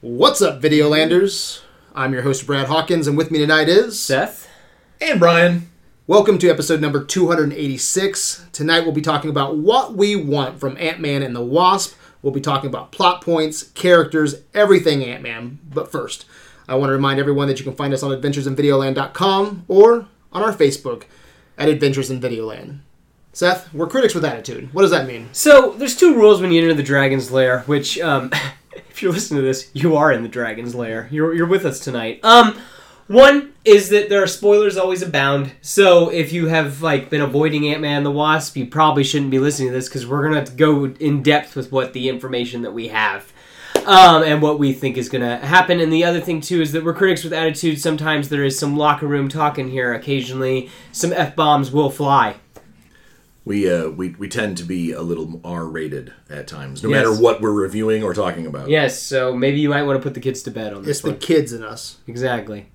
What's up, Videolanders? I'm your host, Brad Hawkins, and with me tonight is. Seth? And Brian. Welcome to episode number 286. Tonight we'll be talking about what we want from Ant Man and the Wasp. We'll be talking about plot points, characters, everything Ant Man. But first, I want to remind everyone that you can find us on adventuresinvideoland.com or on our Facebook at Adventures in Videoland. Seth, we're critics with attitude. What does that mean? So, there's two rules when you enter the Dragon's Lair, which, um, if you're listening to this, you are in the Dragon's Lair. You're, you're with us tonight. Um, one is that there are spoilers always abound. So, if you have, like, been avoiding Ant Man and the Wasp, you probably shouldn't be listening to this because we're going to go in depth with what the information that we have. um, and what we think is going to happen. And the other thing too is that we're critics with attitude. Sometimes there is some locker room talk in here. Occasionally, some f bombs will fly. We uh we, we tend to be a little R rated at times, no Yes. matter what we're reviewing or talking about. Yes, so maybe you might want to put the kids to bed on this It's the one. kids in us. Exactly.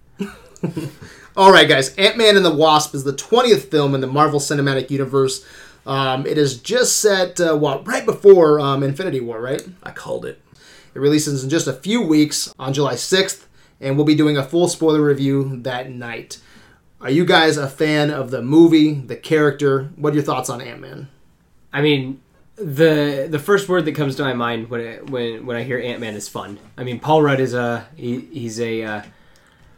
All right, guys. Ant Man and the Wasp is the 20th film in the Marvel Cinematic Universe. Um, it is just set, uh, well, right before um, Infinity War, right? I called it. It releases in just a few weeks on July 6th, and we'll be doing a full spoiler review that night. Are you guys a fan of the movie, the character? What are your thoughts on Ant Man? I mean, the the first word that comes to my mind when I, when when I hear Ant Man is fun. I mean, Paul Rudd is a he, he's a uh,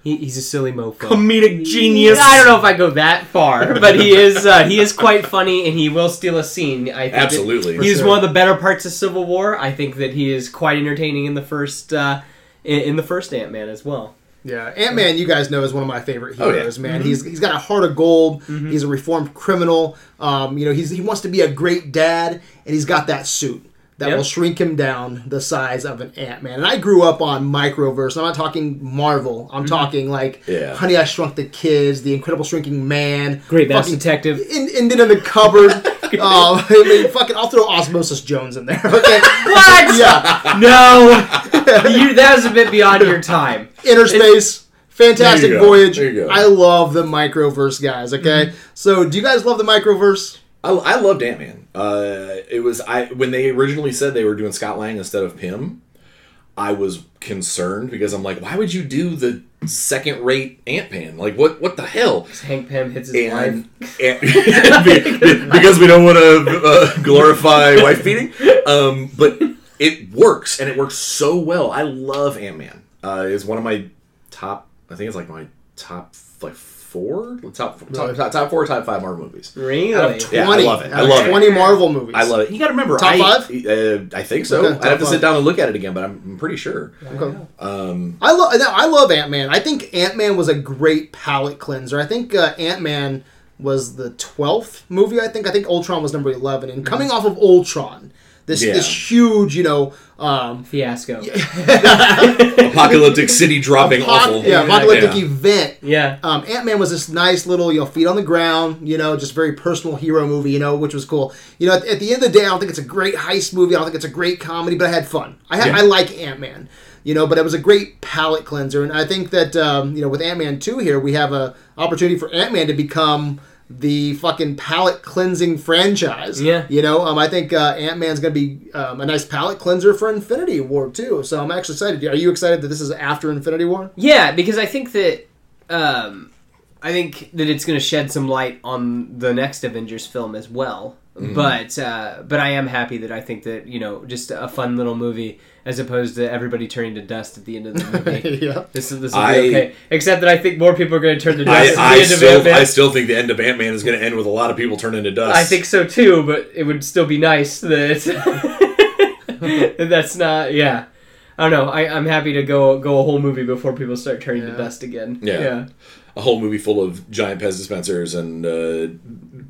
he, he's a silly mofo. Comedic Yeah, Mm. I don't know if I go that far, but he is uh, he is quite funny, and he will steal a scene. I think that- Absolutely. he was sure. one of the better parts of Civil War. I think that he is quite entertaining in the first uh, in, in the first Ant Man as well. Yeah, Ant Man, you guys know, is one of my favorite Mm-hmm. Oh, yeah. Mm-hmm. heroes. Man, he's he's got a heart of gold. He's a reformed criminal. Um, you know, he's he wants to be a great dad, and he's got that suit that Yep. will shrink him down the size of an ant man. And I grew up on Microverse. I'm not talking Marvel. I'm talking like Mm-hmm. Yeah. Honey, I Shrunk the Kids, The Incredible Shrinking Man, Great Mouse fucking Detective. in, in, in the cupboard. um, I mean, fucking, I'll throw Osmosis Jones in there. Okay, What? yeah, No, you that was a bit beyond your time. Inner Space, Fantastic There you go. Voyage. There you go. Mm-hmm. I love the Microverse guys, okay? So, do you guys love the Microverse? I, I loved Ant Man. Uh, it was I when they originally said they were doing Scott Lang instead of Pym. I was concerned because I'm like, why would you do the second rate Ant Man? Like, what what the hell? Hank Pym hits his wife. and, and be- be- because we don't want to uh, glorify wife beating, um, but it works and it works so well. I love Ant Man. Uh, is one of my top. I think it's like my top like four, top top, top, top four, top five Marvel movies. Really? Yeah, I love it. I out of love it. 20 Marvel movies. I love it. You got to remember, Top I, five? Uh, I think so. Okay, top I'd have to five. sit down and look at it again, but I'm, I'm pretty sure. Okay. Um, I love. No, I love Ant Man. I think Ant Man was a great palate cleanser. I think uh, Ant Man was the twelfth movie. I think. I think Ultron was number eleven. And coming off of Ultron, this Mm-hmm. Yeah. this huge, you know, um, Fiasco. apocalyptic city dropping awful. apoc- yeah, apocalyptic Yeah. event. Yeah. Um, Ant Man was this nice little, you know, feet on the ground, you know, just very personal hero movie, you know, which was cool. You know, at, at the end of the day, I don't think it's a great heist movie. I don't think it's a great comedy, but I had fun. I had, Yeah. I like Ant Man, you know, but it was a great palate cleanser, and I think that um, you know, with Ant Man two here, we have a opportunity for Ant Man to become the fucking palate cleansing franchise. Yeah. You know, um, I think uh, Ant Man's going to be um, a nice palate cleanser for Infinity War too. So I'm actually excited. Are you excited that this is after Infinity War? Yeah, because I think that um, I think that it's going to shed some light on the next Avengers film as well. Mm-hmm. But uh, but I am happy that I think that you know just a fun little movie as opposed to everybody turning to dust at the end of the movie. yeah. This is this will I- be okay. Except that I think more people are going to turn to I, dust at I, the end of Ant still, I Man. still think the end of Ant Man is going to end with a lot of people turning into dust. I think so too, but it would still be nice that that's not. Yeah, I don't know. I, I'm happy to go go a whole movie before people start turning Yeah. to dust again. Yeah. yeah. a whole movie full of giant Pez dispensers and uh,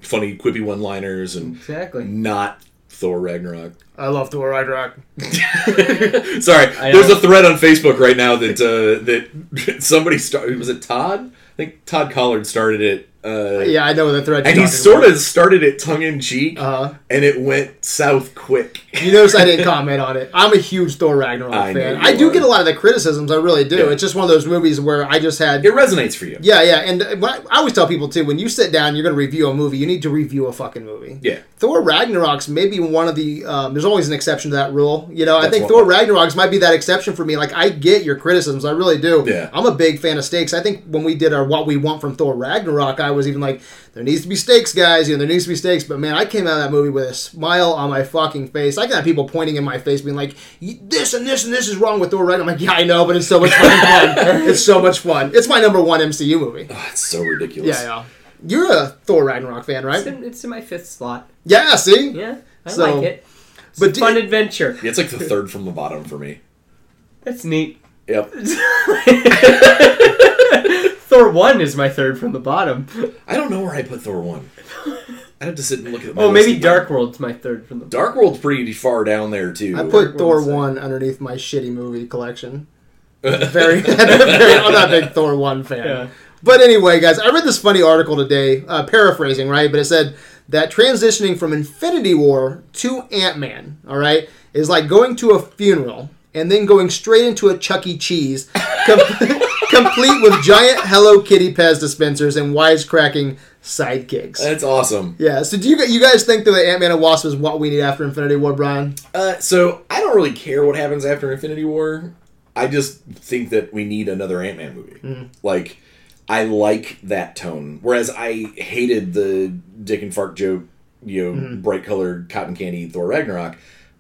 funny quippy one-liners and exactly. not Thor Ragnarok. I love Thor Ragnarok. Sorry, I there's know. a thread on Facebook right now that uh, that somebody started. Was it Todd? I think Todd Collard started it. Uh, Yeah, I know the thread. and he sort of started it tongue in cheek, Uh, Uh-huh. and it went south quick. You notice I didn't comment on it. I'm a huge Thor Ragnarok I know fan. you I do are. get a lot of the criticisms. I really do. Yeah. It's just one of those movies where I just had. It resonates for you. yeah, yeah, and when I, I always tell people too when you sit down, you're going to review a movie. You need to review a fucking movie. Yeah. Thor Ragnarok's maybe one of the. Um, there's always an exception to that rule, you know. I That's think one. Thor Ragnarok's might be that exception for me. Like I get your criticisms, I really do. Yeah. I'm a big fan of stakes. I think when we did our what we want from Thor Ragnarok, I was even like, there needs to be stakes, guys. You know, there needs to be stakes. But man, I came out of that movie with a smile on my fucking face. I got people pointing in my face, being like, "Y- this and this and this is wrong with Thor Ragnarok. I'm like, yeah, I know, but it's so much fucking fun. It's so much fun. It's my number one MCU movie. That's Ah, so ridiculous. Yeah, yeah. You're a Thor Ragnarok fan, It's right? in, it's in my fifth slot. Yeah, see? Yeah, I So- like it. It's but a do- fun adventure. It's like the third from the bottom for me. That's neat. Yep. Thor one is my third from the bottom. I don't know where I put Thor one. I'd have to sit and look at. my Oh, list maybe again. Dark World's my third from the bottom. Dark World's pretty far down there too. I put Thor Thor one underneath my shitty movie collection. very, very, I'm not a big Thor one fan. Yeah. But anyway, guys, I read this funny article today, uh, paraphrasing, right? But it said that transitioning from Infinity War to Ant Man, all right, is like going to a funeral and then going straight into a Chuck E. Cheese, com- complete with giant Hello Kitty Pez dispensers and wisecracking sidekicks. That's awesome. yeah, so do you, gu- you guys think that Ant Man and Wasp is what we need after Infinity War, Brian? Uh, so I don't really care what happens after Infinity War. I just think that we need another Ant Man movie. Like, I like that tone. Whereas I hated the Dick and Fark joke, you know, bright colored cotton candy Thor Ragnarok.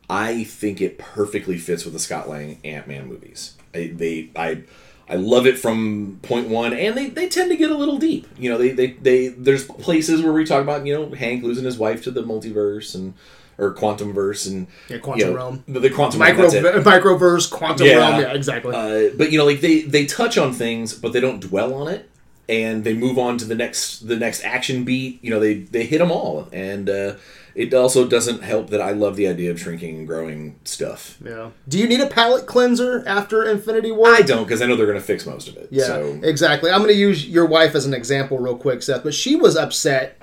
I think it perfectly fits with the Scott Lang Ant Man movies. I, they, I, I love it from point one, and they, they tend to get a little deep. You know, they, they, they there's places where we talk about you know Hank losing his wife to the multiverse and or quantum verse and Yeah, Quantum you know, Realm. the, the quantum Micro, realm. That's it. microverse, quantum Yeah. realm, yeah, exactly. Uh, but you know, like they they touch on things, but they don't dwell on it, and they move on to the next the next action beat. You know, they they hit them all, and uh, it also doesn't help that I love the idea of shrinking and growing stuff. Yeah. Do you need a palate cleanser after Infinity War? I don't because I know they're going to fix most of it. yeah, So. exactly. I'm going to use your wife as an example, real quick, Seth. But she was upset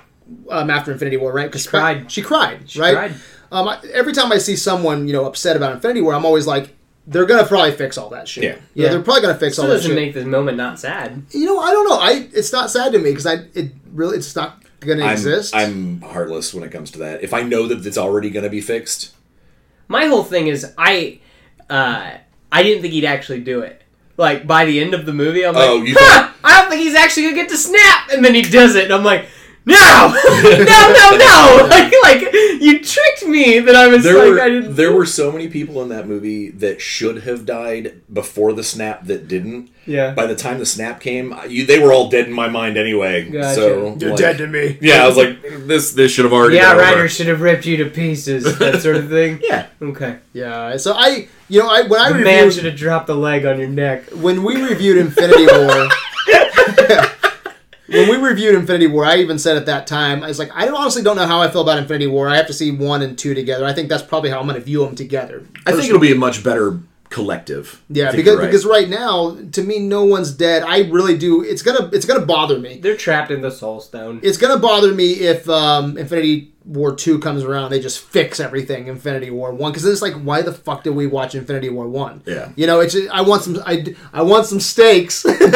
um, after Infinity War, right? Because she cried. She cried. right. cried. Um, I, every time I see someone, you know, upset about Infinity War, I'm always like, they're going to probably fix all that shit. Yeah. yeah. Yeah. They're probably going to fix Still all that doesn't shit. make this moment not sad. you know, I don't know. I it's not sad to me because I it really it's not going to I'm, exist. I'm heartless when it comes to that. If I know that it's already going to be fixed, my whole thing is I uh, I didn't think he'd actually do it. Like by the end of the movie, I'm like, Oh, you "Huh, I don't think he's actually gonna get to snap, and then he does it, and I'm like, no, no, no, no! Like, like you tricked me that I was there like, were I didn't. there were so many people in that movie that should have died before the snap that didn't. Yeah. By the time the snap came, I- you, they were all dead in my mind anyway. Gotcha. So like- me. Yeah, I was like, this this should have already. yeah, been over. Ryder should have ripped you to pieces, that sort of thing. Yeah. Okay. Yeah. So I, you know, I when I The reviewed, man should have dropped the leg on your neck. when we reviewed Infinity War, when we reviewed Infinity War, I even said at that time, I was like, I don't- honestly don't know how I feel about Infinity War. I have to see one and two together. I think that's probably how I'm going to view them together. I think it'll be a much better collective. I Yeah, think because you're right. because right now, to me, no one's dead. I really do. It's gonna it's gonna bother me. They're trapped in the soul stone. It's gonna bother me if um, Infinity War two comes around. They just fix everything Infinity War one because it's like, why the fuck did we watch Infinity War one? Yeah. you know, it's I want some I, I want some stakes. but if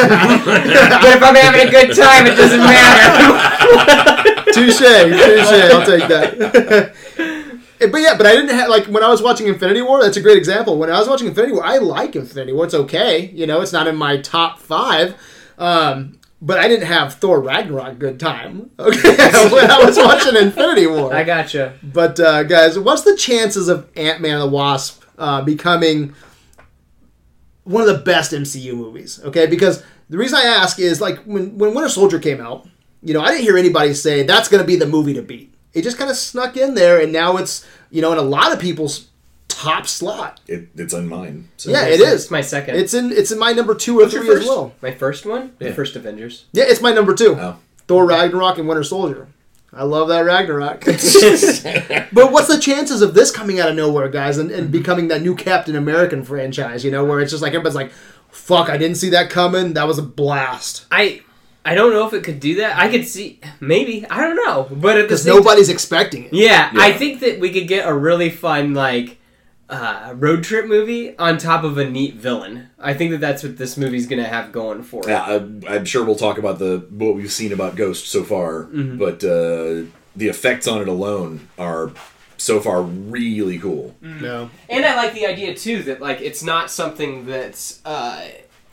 I'm having a good time, it doesn't matter. touche, touche. I'll take that. but yeah, but I didn't have like when I was watching Infinity War. That's a great example. When I was watching Infinity War, I like Infinity War. It's okay, you know, it's not in my top five. Um, but I didn't have Thor Ragnarok good time. Okay, when I was watching Infinity War. I gotcha. But uh, guys, what's the chances of Ant Man and the Wasp uh, becoming one of the best MCU movies? Okay, because the reason I ask is like when when Winter Soldier came out, you know, I didn't hear anybody say that's going to be the movie to beat. It just kind of snuck in there, and now it's you know in a lot of people's top slot. it, it's on mine. So Yeah, it is. It's my second. It's in it's in my number two or What's your three as first? well. My first one? The Yeah. first Avengers. Yeah, it's my number two. Oh. Thor Ragnarok and Winter Soldier. I love that Ragnarok. but what's the chances of this coming out of nowhere, guys, and, and becoming that new Captain American franchise, you know, where it's just like everybody's like, fuck, I didn't see that coming. That was a blast. I I I don't know if it could do that. I could see maybe. I don't know. But at the because same nobody's expecting it. Yeah, Yeah. I think that we could get a really fun like uh, road trip movie on top of a neat villain. I think that that's what this movie's gonna have going for it. Yeah, I, I'm sure we'll talk about the what we've seen about Ghost so far, but uh, the effects on it alone are so far really cool. No. And I like the idea too that like it's not something that's uh,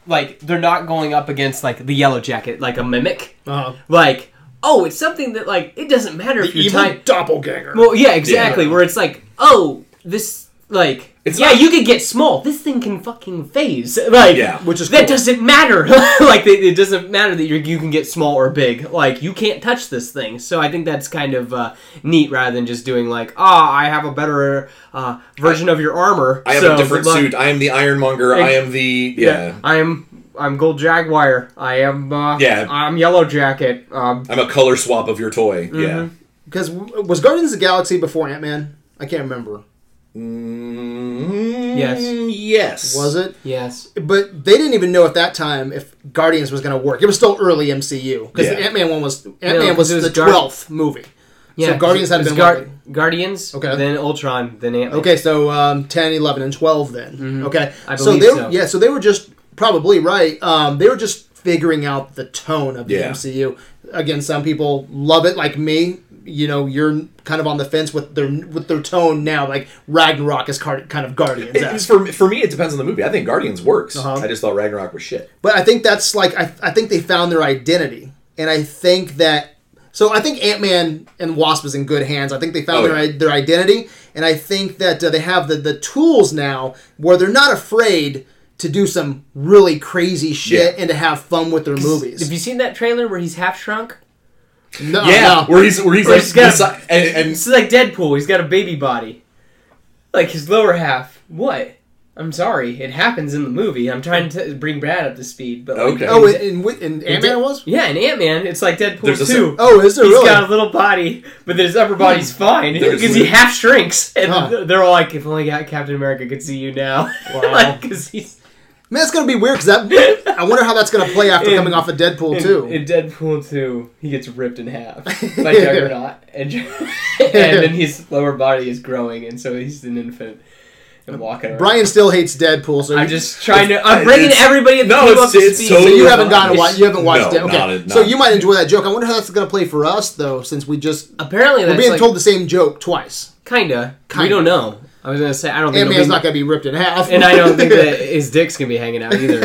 like they're not going up against like the Yellow Jacket, like a mimic. Uh, Like oh, it's something that like it doesn't matter Uh-huh. if the you're evil tied. doppelganger. Well, yeah, exactly. Where it's like oh, this like. It's yeah, not- you could get small. This thing can fucking phase. Like, Yeah. which is that cool. doesn't matter. like it, it doesn't matter that you you can get small or big. Like you can't touch this thing. So I think that's kind of uh, neat rather than just doing like, ah, I have a better uh, version of your armor. I have so a different good luck." suit. I am the Ironmonger. I am the yeah. I'm I'm Gold Jaguar. I am uh, Yeah. I'm Yellow Jacket. Um, I'm a color swap of your toy. Yeah. Because w- was Guardians of the Galaxy before Ant Man? I can't remember. Mm, Yes. Yes. Was it? yes. But they didn't even know at that time if Guardians was going to work. It was still early MCU because the Yeah. Ant Man one was Ant Man 'cause was, it was the Guard- twelfth movie. Yeah. so Guardians had it's been Gar- working. Guardians. Okay. Then Ultron. Then Ant. Okay, so um, 10, 11, and twelve then. Okay, Mm-hmm. I so believe they so. yeah, so they were just probably right. Um, they were just figuring out the tone of the Yeah. MCU. Again, some people love it, like me. You know, you're kind of on the fence with their with their tone now. Like Ragnarok is car- kind of Guardians. It- it's for for me, it depends on the movie. I think Guardians works. Uh-huh. I just thought Ragnarok was shit. But I think that's like I, I think they found their identity, and I think that so I think Ant Man and Wasp is in good hands. I think they found Oh, their yeah. their identity, and I think that uh, they have the the tools now where they're not afraid to do some really crazy shit Yeah. and to have fun with their Have movies. you seen that trailer where he's half shrunk? No, no. Uh, where he's where he's like he's got- beside- and, and This is like Deadpool. He's got a baby body. Like his lower half. What? I'm sorry. It happens in the movie. I'm trying to bring Brad up to speed, but like, Okay. Oh, and, and, wi- and Ant Man did- was. yeah, in Ant Man, it's like Deadpool There's a too. se- Oh, is there He's really? got a little body, but his upper body's fine There's because he a- half shrinks, and Huh. they're all like, "If only Captain America could see you now." Wow. like, 'cause he's Man, that's gonna be weird because that. I wonder how that's gonna play after In- coming off of Deadpool in, too. in Deadpool two, he gets ripped in half by Juggernaut, and, and then his lower body is growing, and so he's an infant and walking around. Brian still hates Deadpool, so I'm you- just trying to. It's- I'm bringing everybody at the no, table it's- up to it's speed. So totally you Totally haven't gotten not. to watch. You haven't watched No, it. Okay, not it- so not- you might enjoy that joke. I wonder how that's going to play for us though, since we just Apparently, we're that's being like, told the same joke twice. kinda. We Kinda. don't know. I was gonna say I don't think. Ant it'll Man's be- not going to be ripped in half, and I don't think that his dick's gonna be hanging out either.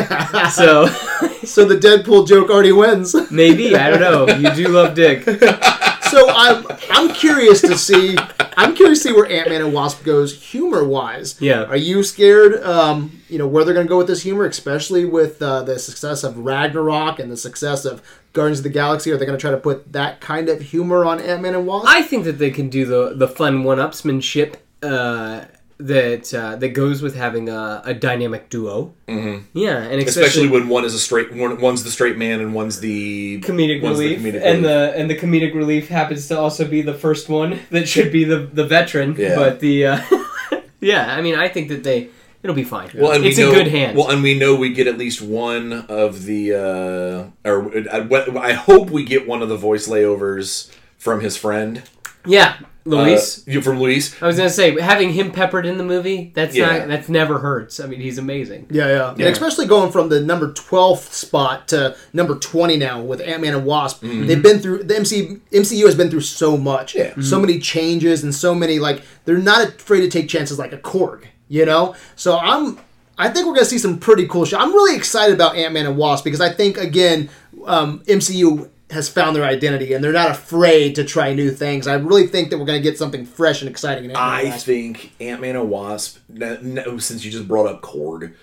So so the Deadpool joke already wins. maybe I don't know. You do love dick. so I'm I'm curious to see I'm curious to see where Ant Man and Wasp goes humor wise. Yeah. Are you scared? Um, you know where they're going to go with this humor, especially with uh, the success of Ragnarok and the success of Guardians of the Galaxy. Are they going to try to put that kind of humor on Ant Man and Wasp? I think that they can do the the fun one-upsmanship uh, that uh, that goes with having a, a dynamic duo. Mm-hmm. Yeah, and especially especially, when one is a straight one, one's the straight man and one's the comedic one's the relief, comedic and relief. the and the comedic relief happens to also be the first one that should be the the veteran. Yeah. But the uh, yeah, I mean, I think that they it'll be fine. well, and it's we in know, good hands. Well, and we know we get at least one of the uh, or I, what- I hope we get one of the voice layovers from his friend yeah, uh, Luis. Oh, you- from Luis. I was gonna say having him peppered in the movie that's Yeah. not that's never hurts. I mean, he's amazing. Yeah, yeah. And especially going from the number 12th spot to number 20 now with Ant-Man and Wasp. They've been through the MC, MCU has been through so much. Mm-hmm. Yeah. Mm-hmm. So many changes and so many like they're not afraid to take chances like a Korg, you know? So I'm I think we're going to see some pretty cool shit. I'm really excited about Ant-Man and Wasp because I think again um, MCU has found their identity and they're not afraid to try new things. I really think that we're going to get something fresh and exciting in Ant-Man and I Wasp. think Ant Man and Wasp. No, no, since you just brought up Korg,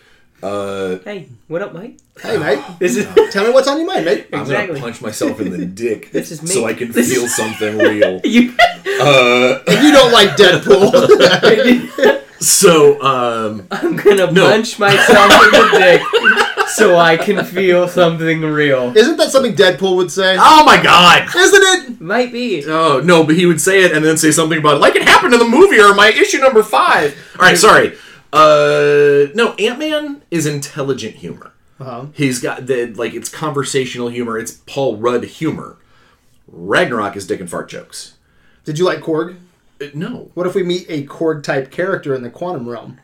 uh, Hey, what up, Mike? Hey, mate. This is Tell me what's on your mind, mate. I'm Exactly. gonna punch myself in the dick This is me. so I can This feel is- something real. you. Uh, You don't like Deadpool. so um, I'm gonna No. punch myself in the dick so I can feel something real. Isn't that something Deadpool would say? oh my god. Isn't it? Might be. Oh no, but he would say it and then say something about it, like it happened in the movie or my issue number five. All right, sorry. Uh, no, Ant Man is intelligent humor. Uh-huh. He's got the like it's conversational humor. It's Paul Rudd humor. Ragnarok is dick and fart jokes. Did you like Korg? Uh, no, What if we meet a Korg type character in the quantum realm?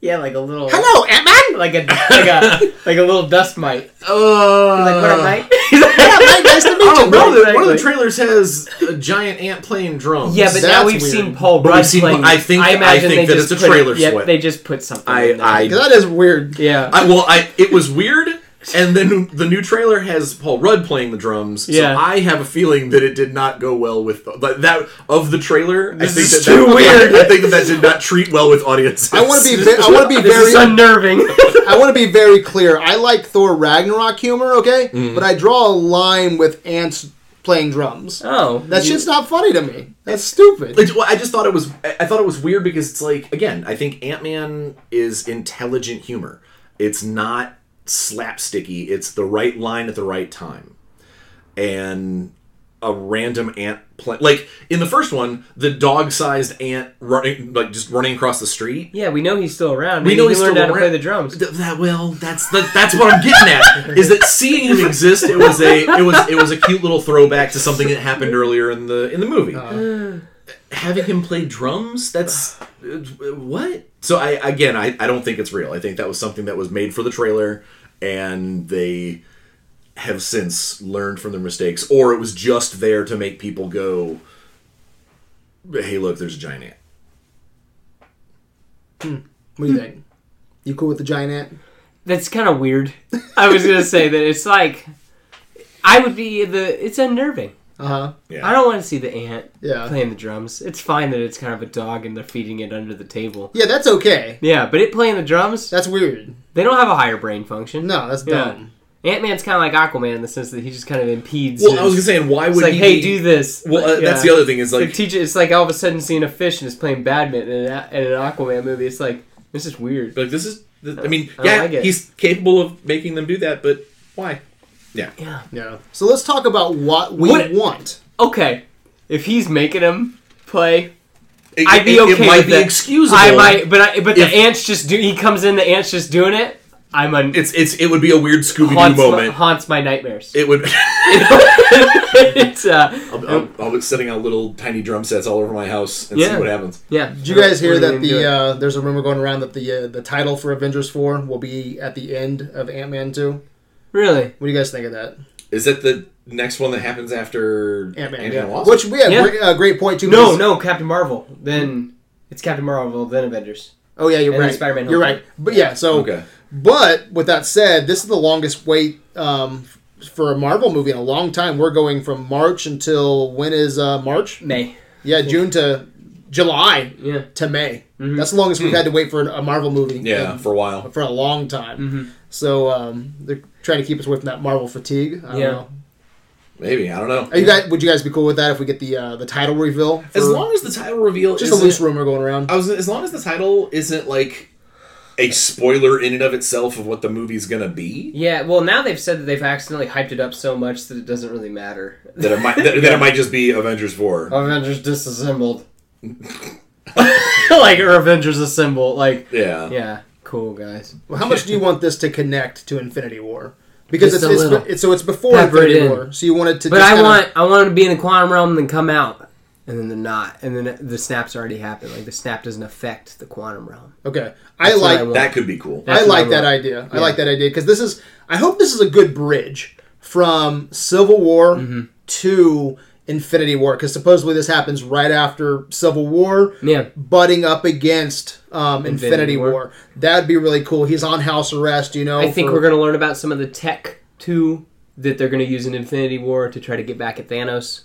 Yeah, like a little. Hello, Ant Man. Like a like a like a little dust mite. uh, Like what a mite. Yeah, mate, nice to meet I don't you. know. bro. Uh, One of the Exactly. trailers has a giant ant playing drums. yeah, but now That's we've weird. seen Paul But Rudd we've seen- playing. I think- I imagine think they that just it's a put- trailer yeah, sweat. they just put something. I- in there. I- That is weird. yeah. I, well, I it was weird, and then the new trailer has Paul Rudd playing the drums. Yeah. So I have a feeling that it did not go well with but that of the trailer. I This think is that too that, weird. I think that that did not treat well with audiences. I want to be. ve- I want to be this is very. unnerving. I want to be very clear. I like Thor Ragnarok humor, okay, but I draw a line with ants playing drums. oh, That shit's not funny to me. That's stupid. It's- well, I just thought it was. I I thought it was weird because it's like again. I think Ant Man is intelligent humor. It's not slapsticky. It's the right line at the right time, and a random ant pla- like in the first one, the dog-sized ant running like just running across the street. Yeah, we know he's still around. We We know know he he's learned still how to play around. the drums. Th- that well, that's the, that's what I'm getting at is that seeing him exist, it was a it was it was a cute little throwback to something that happened earlier in the in the movie. Uh-huh. Having him play drums, that's uh, what. So I again, I, I don't think it's real. I think that was something that was made for the trailer, and they have since learned from their mistakes, or it was just there to make people go, "Hey, look, there's a giant ant." What do you think? You cool with the giant ant? That's kind of weird. I was gonna say that it's like I would be the. It's unnerving. Uh huh. Yeah. I don't want to see the ant Yeah. playing the drums. It's fine that it's kind of a dog and they're feeding it under the table. Yeah, that's okay. Yeah, but it playing the drums, That's weird. they don't have a higher brain function. No, that's Yeah. dumb. Ant Man's kind of like Aquaman in the sense that he just kind of impedes. Well, his- I was gonna say, and why would it's like, he hey, be- do this. Well, uh, that's the other thing is like Like, teach it, it's like all of a sudden seeing a fish and it's playing badminton in a- in an Aquaman movie. It's like this is weird. Like this is. th- I mean, I don't yeah, like it. he's capable of making them do that, but why? Yeah. Yeah. So let's talk about what we What- want. Okay. If he's making him play, It, I'd be it- okay It might with be that. excusable. I might, but I, but If- the ants just do. He comes in, the ants just doing it. I'm un. It's it's it would be a weird Scooby Doo haunts, my, moment. haunts my nightmares. it would. it's uh, I'll, I'll, I'll be setting out little tiny drum sets all over my house and see Yeah. what happens. yeah. Did you guys hear We're that gonna do the it. uh, there's a rumor going around that the uh, the title for Avengers four will be at the end of Ant Man two? really? What do you guys think of that? Is that the next one that happens after Ant Man, Ant-Man yeah. and Wasp? which yeah, Yeah. Great, uh, great point too. No, because- no, Captain Marvel. Then it's Captain Marvel. Then Avengers. Oh yeah, you're And then right. Spider-Man You're Homecoming. right. But yeah, so Okay. But with that said, this is the longest wait um, for a Marvel movie in a long time. We're going from March until when is uh, March? May. Yeah, June to July Yeah. to May. Mm-hmm. That's the longest we've had to wait for a Marvel movie. Hmm. Yeah, in- for a while. for a long time. Mm-hmm. So um, they're trying to keep us away from that Marvel fatigue. I don't Yeah. know. Maybe I don't know. Are you guys? Would you guys be cool with that if we get the uh, the title reveal? As for- long as the title reveal just a isn't- loose rumor going around. I was as long as the title isn't like a spoiler in and of itself of what the movie's gonna be. Yeah. Well, now they've said that they've accidentally hyped it up so much that it doesn't really matter. That it might that, that it might just be Avengers Oh. Four. Avengers disassembled. like or Avengers assembled. Like Yeah. yeah, cool guys. Well, how much do you want this to connect to Infinity War? Because Just it's, a it's, little. it's so it's before Pepper it Infinity in. War. So you want it to. But just I kinda- want I want to be in the quantum realm and then come out, and then they're not, and then the snaps already happened. Like the snap doesn't affect the quantum realm. Okay, I what like I want. That could be cool. I That's like what I that want. idea. I like that idea because this is. I hope this is a good bridge from Civil War Mm-hmm. to Infinity War because supposedly this happens right after Civil War, Yeah. butting up against um, Infinity, War. War. That'd be really cool. He's on house arrest, you know. I think for- we're gonna learn about some of the tech too that they're gonna use in Infinity War to try to get back at Thanos.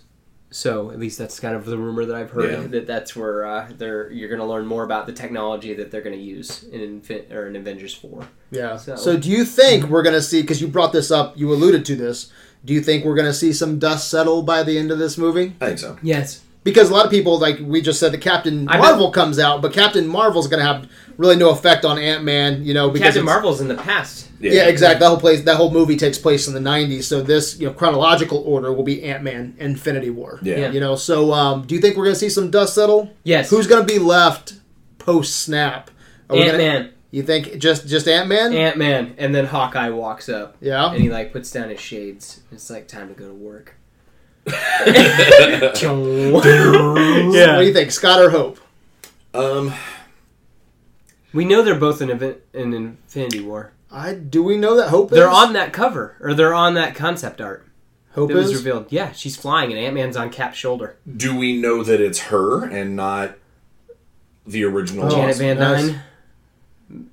So at least that's kind of the rumor that I've heard Yeah. that that's where uh, they're you're gonna learn more about the technology that they're gonna use in Infin- or in Avengers Four. Yeah. So, So- do you think we're gonna see? Because you brought this up, you alluded to this. Do you think we're gonna see some dust settle by the end of this movie? I think so. Yes. because a lot of people like we just said the Captain I bet- Marvel comes out, but Captain Marvel's going to have really no effect on Ant Man, you know, because Captain it's- Marvel's in the past. Yeah, exactly. That whole place, that whole movie takes place in the '90s, so this you know chronological order will be Ant Man, Infinity War. Yeah. you know. So, um, do you think we're going to see some dust settle? Yes. Who's going to be left post snap? Ant Man? You think just just Ant Man? Ant Man, and then Hawkeye walks up Yeah. and he like puts down his shades. It's like time to go to work. What do yeah, you think, Scott or Hope? um, we know they're both in event in Infinity War. I do we know that Hope They're is? on that cover, or they're on that concept art Hope that was is. revealed. Yeah, she's flying, and Ant Man's on Cap's shoulder. do we know that it's her and not the original Oh. Janet Van nice. Dyne, M-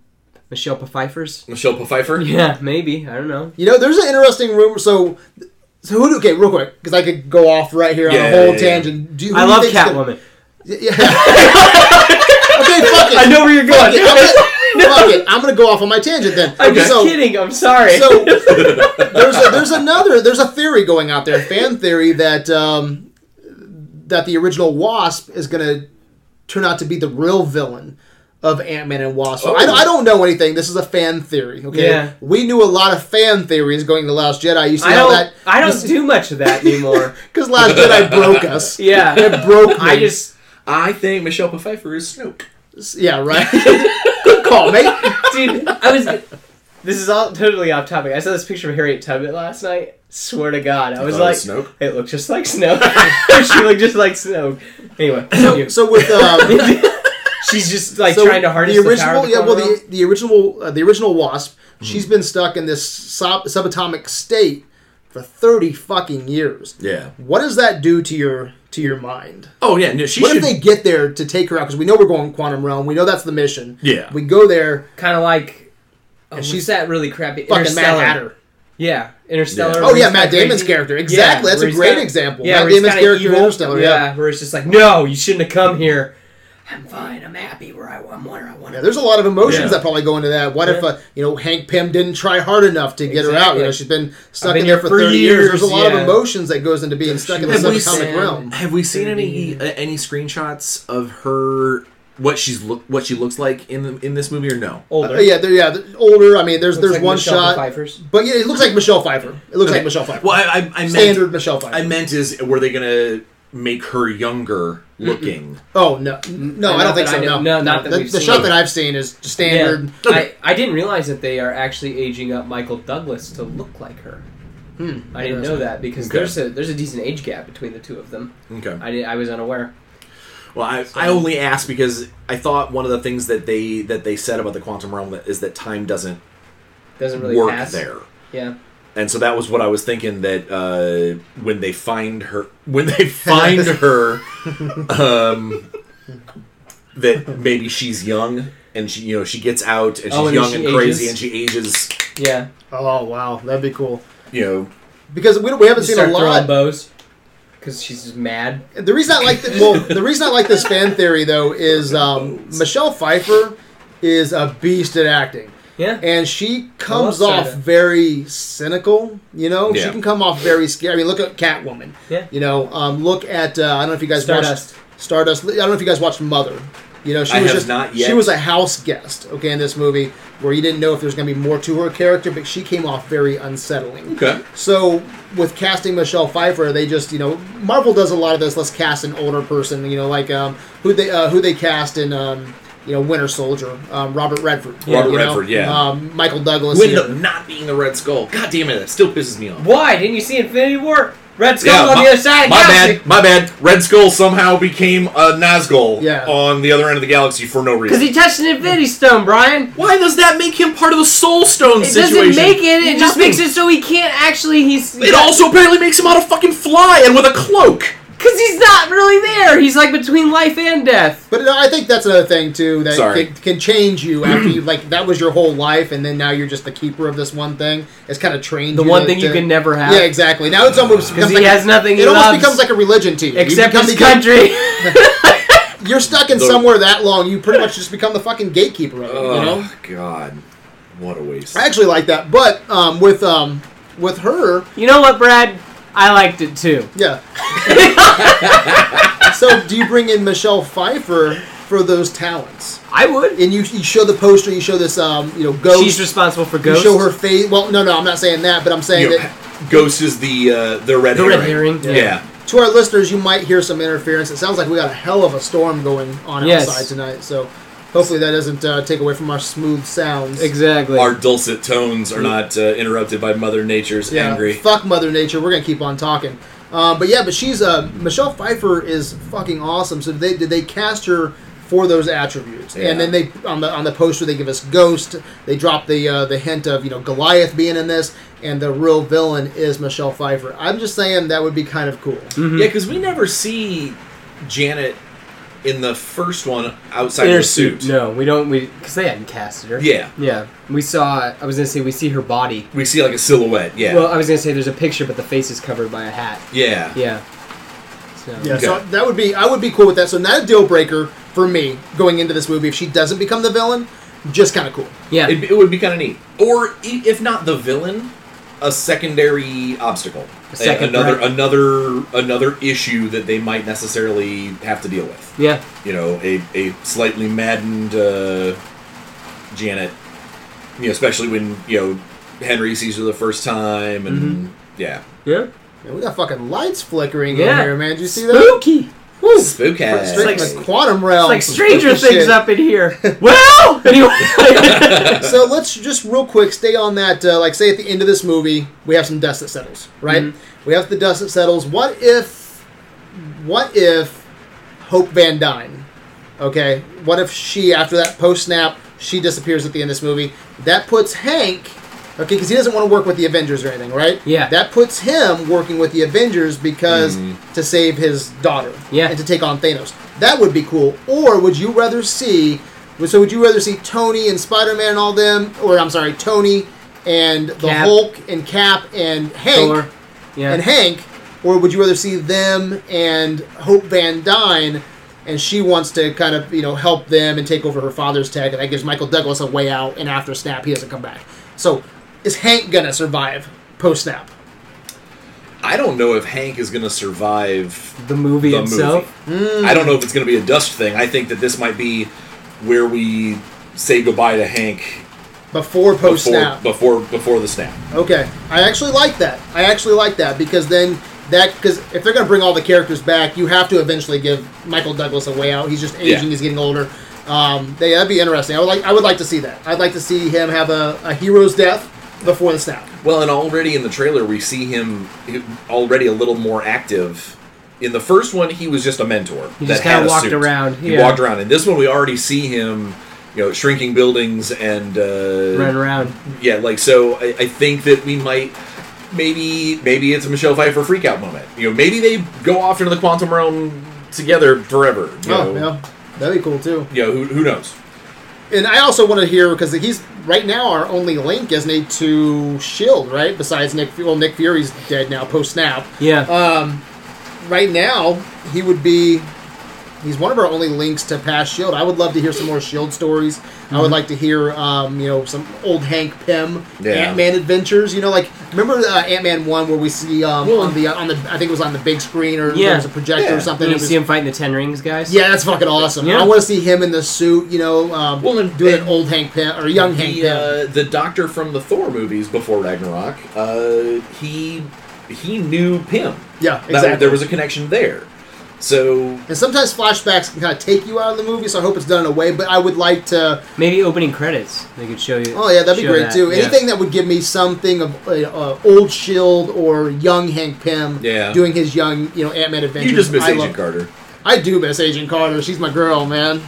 Michelle Pfeiffer's. Michelle Pfeiffer? Yeah, maybe I don't know. You know, there's an interesting rumor. So, so who? Do, okay, real quick, because I could go off right here on Yeah, a whole yeah, yeah. tangent. Do you, who I do you love think's gonna- Catwoman. Yeah. okay, fuck it. I know where you're Fuck going. it. I'm gonna, fuck it. I'm gonna go off on my tangent then. I'm just so, kidding. I'm sorry. So there's a, there's another there's a theory going out there, fan theory that um, that the original Wasp is gonna turn out to be the real villain of Ant Man and Wasp. So I, don't- I don't know anything. This is a fan theory. Okay, Oh. Yeah. we knew a lot of fan theories going to Last Jedi. You see I how don't. that I don't do much of that anymore. because Last Jedi broke us. Yeah. it broke. Me. I just I think Michelle Pfeiffer is Snoke. yeah right. Good call, mate. dude, I was. This is all totally off topic. I saw this picture of Harriet Tubman last night. Swear to God, I was thought like, it was Snoke? it looked just like Snoke. she looked just like Snoke. Anyway, you. So with um, she's just like So trying to harness the, original, power of the yeah. Well, Clone Realm. the, the original, uh, the original Wasp. Hmm. She's been stuck in this sub- subatomic state for thirty fucking years. Yeah. What does that do to your to your mind? Oh, yeah. No, she What should. if they get there to take her out? Because we know we're going quantum realm. We know that's the mission. Yeah. We go there. kind of like. Oh, And she's she's that really crappy Fucking Mad Interstellar. Hatter. Yeah, Interstellar. Yeah. where Oh yeah, he's Matt kinda Damon's crazy. character. Exactly. Yeah, that's where a he's great kinda- example. Yeah, Matt where he's Damon's kinda character in evil. Interstellar. Yeah. yeah. where it's just like, no, you shouldn't have come here. I'm fine. I'm happy where I, I'm where I want to. There's a lot of emotions Yeah. that probably go into that. What if Yeah. uh, you know Hank Pym didn't try hard enough to get her out? Exactly. You know she's been I've stuck been in there here for for thirty years. years, There's a lot yeah. of emotions that goes into being stuck in the was Have we subatomic seen, sad. realm. have we seen any uh, any screenshots of her what she's look what she looks like in the, in this movie or no? Older. Uh, yeah, they're, yeah, they're older. I mean, there's Looks there's like one Michelle shot, Pfeiffer's. but yeah, it looks like Michelle Pfeiffer. It looks like Okay. Michelle Pfeiffer. Well, I, I, I meant Standard Michelle Pfeiffer. I meant is were they gonna make her younger looking? oh no, no, Not I don't think that so. I know- No, no, not that the, we've the seen. shot that I've seen is just standard. Yeah. I, I didn't realize that they are actually aging up Michael Douglas to look like her. Hmm. I didn't know that because Okay. there's a there's a decent age gap between the two of them. Okay. I, did, I was unaware. Well, I, I only asked because I thought one of the things that they that they said about the quantum realm is that time doesn't Doesn't really work pass. there. Yeah. And so that was what I was thinking that uh, when they find her, when they find her, um, that maybe she's young and she, you know, she gets out and she's Oh, and young she and ages. crazy and she ages, Yeah. Oh wow, that'd be cool you know, because we, don't- we haven't Just seen a start throwing lot. bows because she's just mad. The reason I like the, well, the reason I like this fan theory though is um, Michelle Pfeiffer is a beast at acting. Yeah. and she comes love off Sarah. very cynical. You know, she Yeah. can come off very scary. I mean, look at Catwoman. Yeah. You know, um, look at uh, I don't know if you guys Stardust. watched Stardust. I don't know if you guys watched Mother. You know, she I was have just not yet. she was a house guest. Okay, in this movie where you didn't know if there was going to be more to her character, but she came off very unsettling. okay. So with casting Michelle Pfeiffer, they just you know Marvel does a lot of this. Let's cast an older person. You know, like um, who they uh, who they cast in um, you know Winter Soldier, um, Robert Redford. Robert you know, Redford, yeah. Um, Michael Douglas. Wind you know. up not being the Red Skull. God damn it, that still pisses me off. Why didn't you see Infinity War? Red Skull's on my, the other side. Of the my galaxy. bad, my bad. Red Skull somehow became a Nazgul Yeah. on the other end of the galaxy for no reason. Because he touched an Infinity Stone, Brian. Why does that make him part of the Soul Stone It situation? doesn't make it. It just Nothing. makes it so he can't actually. He's It also apparently makes him out a fucking fly and with a cloak. because he's not really there. He's like between life and death. But no, I think that's another thing too that Sorry. can, can change you after you like that was your whole life, and then now you're just the keeper of this one thing. It's kind of trained The you one to- thing you to- can never have. Yeah, exactly. Now it's almost becomes Because he like has nothing. it He almost loves, becomes like a religion to you. You except become his the- country. You're stuck in The- somewhere that long. You pretty much just become the fucking gatekeeper of it. you know. Oh, God, what a waste. I actually like that, but um, with um, with her, you know what, Brad? I liked it too. yeah. so do you bring in Michelle Pfeiffer for those talents? I would. And you, you show the poster, you show this um, you know ghost. She's responsible for You ghosts. show her face. Well, no, no, I'm not saying that, but I'm saying You know, that Ghost is the uh, the red The herring. red herring, Yeah. yeah. to our listeners, you might hear some interference. It sounds like we got a hell of a storm going on Yes. outside tonight. So Hopefully that doesn't uh, take away from our smooth sounds. Exactly. Our dulcet tones are not uh, interrupted by Mother Nature's Yeah, angry. Fuck Mother Nature. We're gonna keep on talking. Um, but yeah, but she's uh, Michelle Pfeiffer is fucking awesome. So they did they cast her for those attributes, Yeah. and then they on the on the poster they give us Ghost. They drop the uh, the hint of you know Goliath being in this, and the real villain is Michelle Pfeiffer. I'm just saying that would be kind of cool. Mm-hmm. Yeah, because we never see Janet in the first one outside In of her the suit. No, we don't. We because they hadn't casted her. Yeah, Yeah. We saw. I was gonna say we see her body. we see like a silhouette. Yeah, Well, I was gonna say there's a picture, but the face is covered by a hat. yeah. Yeah. So. Yeah, so Okay. that would be I would be cool with that. So not a deal breaker for me going into this movie if she doesn't become the villain. Just kind of cool. Yeah. It'd be- it would be kind of neat. Or e- if not the villain, a secondary obstacle, A second another threat. another another issue that they might necessarily have to deal with. yeah. You know, a a slightly maddened uh, Janet. You know, especially when you know Henry sees her the first time, and Mm-hmm. yeah, Yeah. Man, we got fucking lights flickering in Yeah. here, man. Did you see that? Spooky. Woo! spooky. Straight like- from the quantum realm. It's like Some Stranger spooky Things shit. up in here. well, anyway. so let's just real quick stay on that. Uh, like, say at the end of this movie, we have some dust that settles, right? Mm-hmm. We have the dust that settles. What if, what if Hope Van Dyne, okay? What if she, after that post snap, she disappears at the end of this movie? That puts Hank, okay, because he doesn't want to work with the Avengers or anything, right? Yeah. That puts him working with the Avengers because to save his daughter Yeah. and to take on Thanos. That would be cool. Or would you rather see? So would you rather see Tony and Spider Man and all them, or I'm sorry, Tony and the Cap. Hulk and Cap and Hank Thor. Yeah. and Hank, or would you rather see them and Hope Van Dyne? And she wants to kind of you know help them and take over her father's tech, and that gives Michael Douglas a way out. And after Snap, he doesn't come back. So is Hank gonna survive post Snap? I don't know if Hank is going to survive the movie the itself. movie. I don't know if it's going to be a dust thing. I think that this might be where we say goodbye to Hank Before post before Snap, before before the snap. Okay, I actually like that. I actually like that because then that because if they're going to bring all the characters back, you have to eventually give Michael Douglas a way out. He's just aging. Yeah. He's getting older. Um, they, that'd be interesting. I would like. I would like to see that. I'd like to see him have a, a hero's death before the snap. Well, and already in the trailer we see him already a little more active. In the first one, he was just a mentor. He that just had kinda a walked suit. around, He yeah. walked around. In this one, we already see him, you know, shrinking buildings and uh, Run around. yeah, like so. I, I think that we might maybe maybe it's a Michelle Pfeiffer freakout moment. You know, maybe they go off into the quantum realm together forever. You Oh, know, yeah, that'd be cool too. you know who, who knows? And I also want to hear because he's right now our only link, isn't he, to Shield? E Right? Besides Nick, well, Nick Fury's dead now post snap. Yeah. Um, right now, he would be. He's one of our only links to past Shield. I would love to hear some more Shield stories. I would like to hear, um, you know, some old Hank Pym Mm-hmm. Yeah. Ant Man adventures. You know, like remember uh, Ant Man one where we see um, Well- on the on the I think it was on the big screen or Yeah. there was a projector Yeah. or something. Then you It was- see him fighting the Ten Rings guys. yeah, that's fucking awesome. Yeah. I want to see him in the suit. You know, um, Well, and- doing an and- old Hank Pym or young Hank The Pym. uh, the doctor from the Thor movies before Ragnarok, uh, he he knew Pym. yeah, That- exactly. there was a connection there. So and sometimes flashbacks can kind of take you out of the movie, so I hope it's done in a way. But I would like to Maybe opening credits. They could show you. Oh yeah, that'd be show great that. too. Yeah. Anything that would give me something of uh, uh, old Shield or young Hank Pym Yeah. doing his young, you know, Ant Man adventures. you just miss I Agent love- Carter. I do miss Agent Carter. She's my girl, man.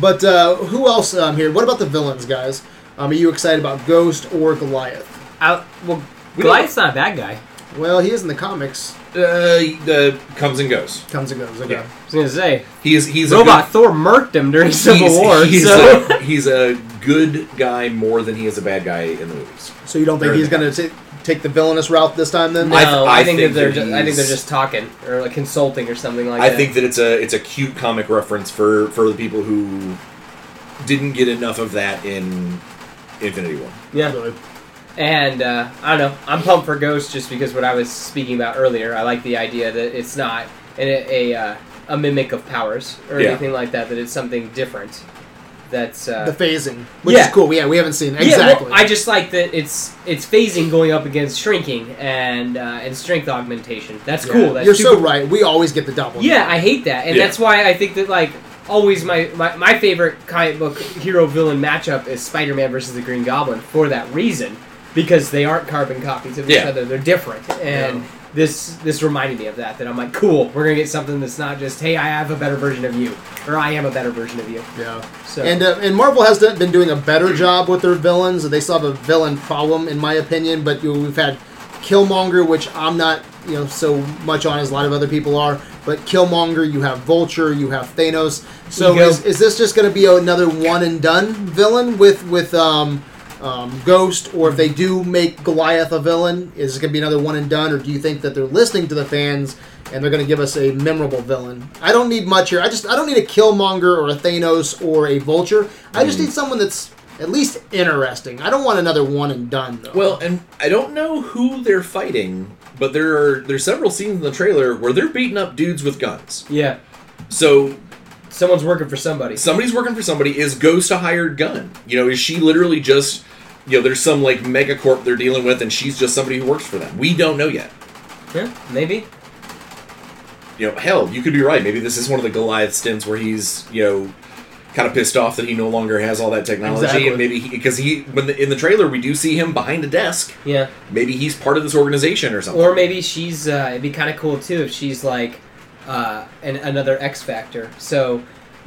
But uh, who else um, here? What about the villains, guys? Um, are you excited about Ghost or Goliath? Out. Well, We Goliath's not a bad guy. Well, he is in the comics. Uh, he, uh, comes and goes. Comes and goes. Okay. Yeah. I was gonna say He is he's Robot A Thor murked him during good, Civil he's- War. He's, so. a, he's a good guy more than he is a bad guy in the movies. So you don't think Very he's going to take the villainous route this time, then? No, I I, th- I think, think that they're. that Just, I think he's- they're just talking or like consulting or something like I that. think that it's a it's a cute comic reference for for the people who didn't get enough of that in Infinity War. Yeah. And uh, I don't know. I'm pumped for Ghost just because what I was speaking about earlier. I like the idea that it's not an, a uh, a mimic of powers or Yeah. anything like that. That it's something different. That's uh, The phasing, which Yeah. is cool. Yeah, we haven't seen it. Yeah, well, exactly. I just like that it's it's phasing going up against shrinking and uh, and strength augmentation. That's Yeah. cool. That's You're so super- right. We always get the double. Yeah, I hate that, and Yeah. that's why I think that like always my, my, my favorite comic book hero villain matchup is Spider Man versus the Green Goblin for that reason, because they aren't carbon copies of each Yeah. other. They're different. And this this reminded me of that, that I'm like, cool, we're going to get something that's not just, hey, I have a better version of you, or I am a better version of you. Yeah. So, And uh, and Marvel has done- been doing a better job with their villains. They still have a villain problem, in my opinion. But you know, we've had Killmonger, which I'm not you know so much on as a lot of other people are. But Killmonger, you have Vulture, you have Thanos. So Ego. is, is this just going to be another one and done villain with with um, um, Ghost, or if they do make Goliath a villain, is it going to be another one and done, or do you think that they're listening to the fans and they're going to give us a memorable villain? I don't need much here. I just I don't need a Killmonger or a Thanos or a Vulture. I just Mm. need someone that's at least interesting. I don't want another one and done though. Well, and I don't know who they're fighting, but there are there's several scenes in the trailer where they're beating up dudes with guns. yeah, So someone's working for somebody. somebody's working for somebody. Is Ghost a hired gun? You know, is she literally just you know there's some like megacorp they're dealing with, and she's just somebody who works for them. We don't know yet. Yeah, maybe. You know, hell, you could be right. Maybe this is one of the Goliath stints where he's you know kind of pissed off that he no longer has all that technology, Exactly. and maybe because he, when the, in the trailer we do see him behind a desk. Yeah. Maybe he's part of this organization or something. Or maybe she's. Uh, it'd be kind of cool too if she's like uh, an, another X Factor. So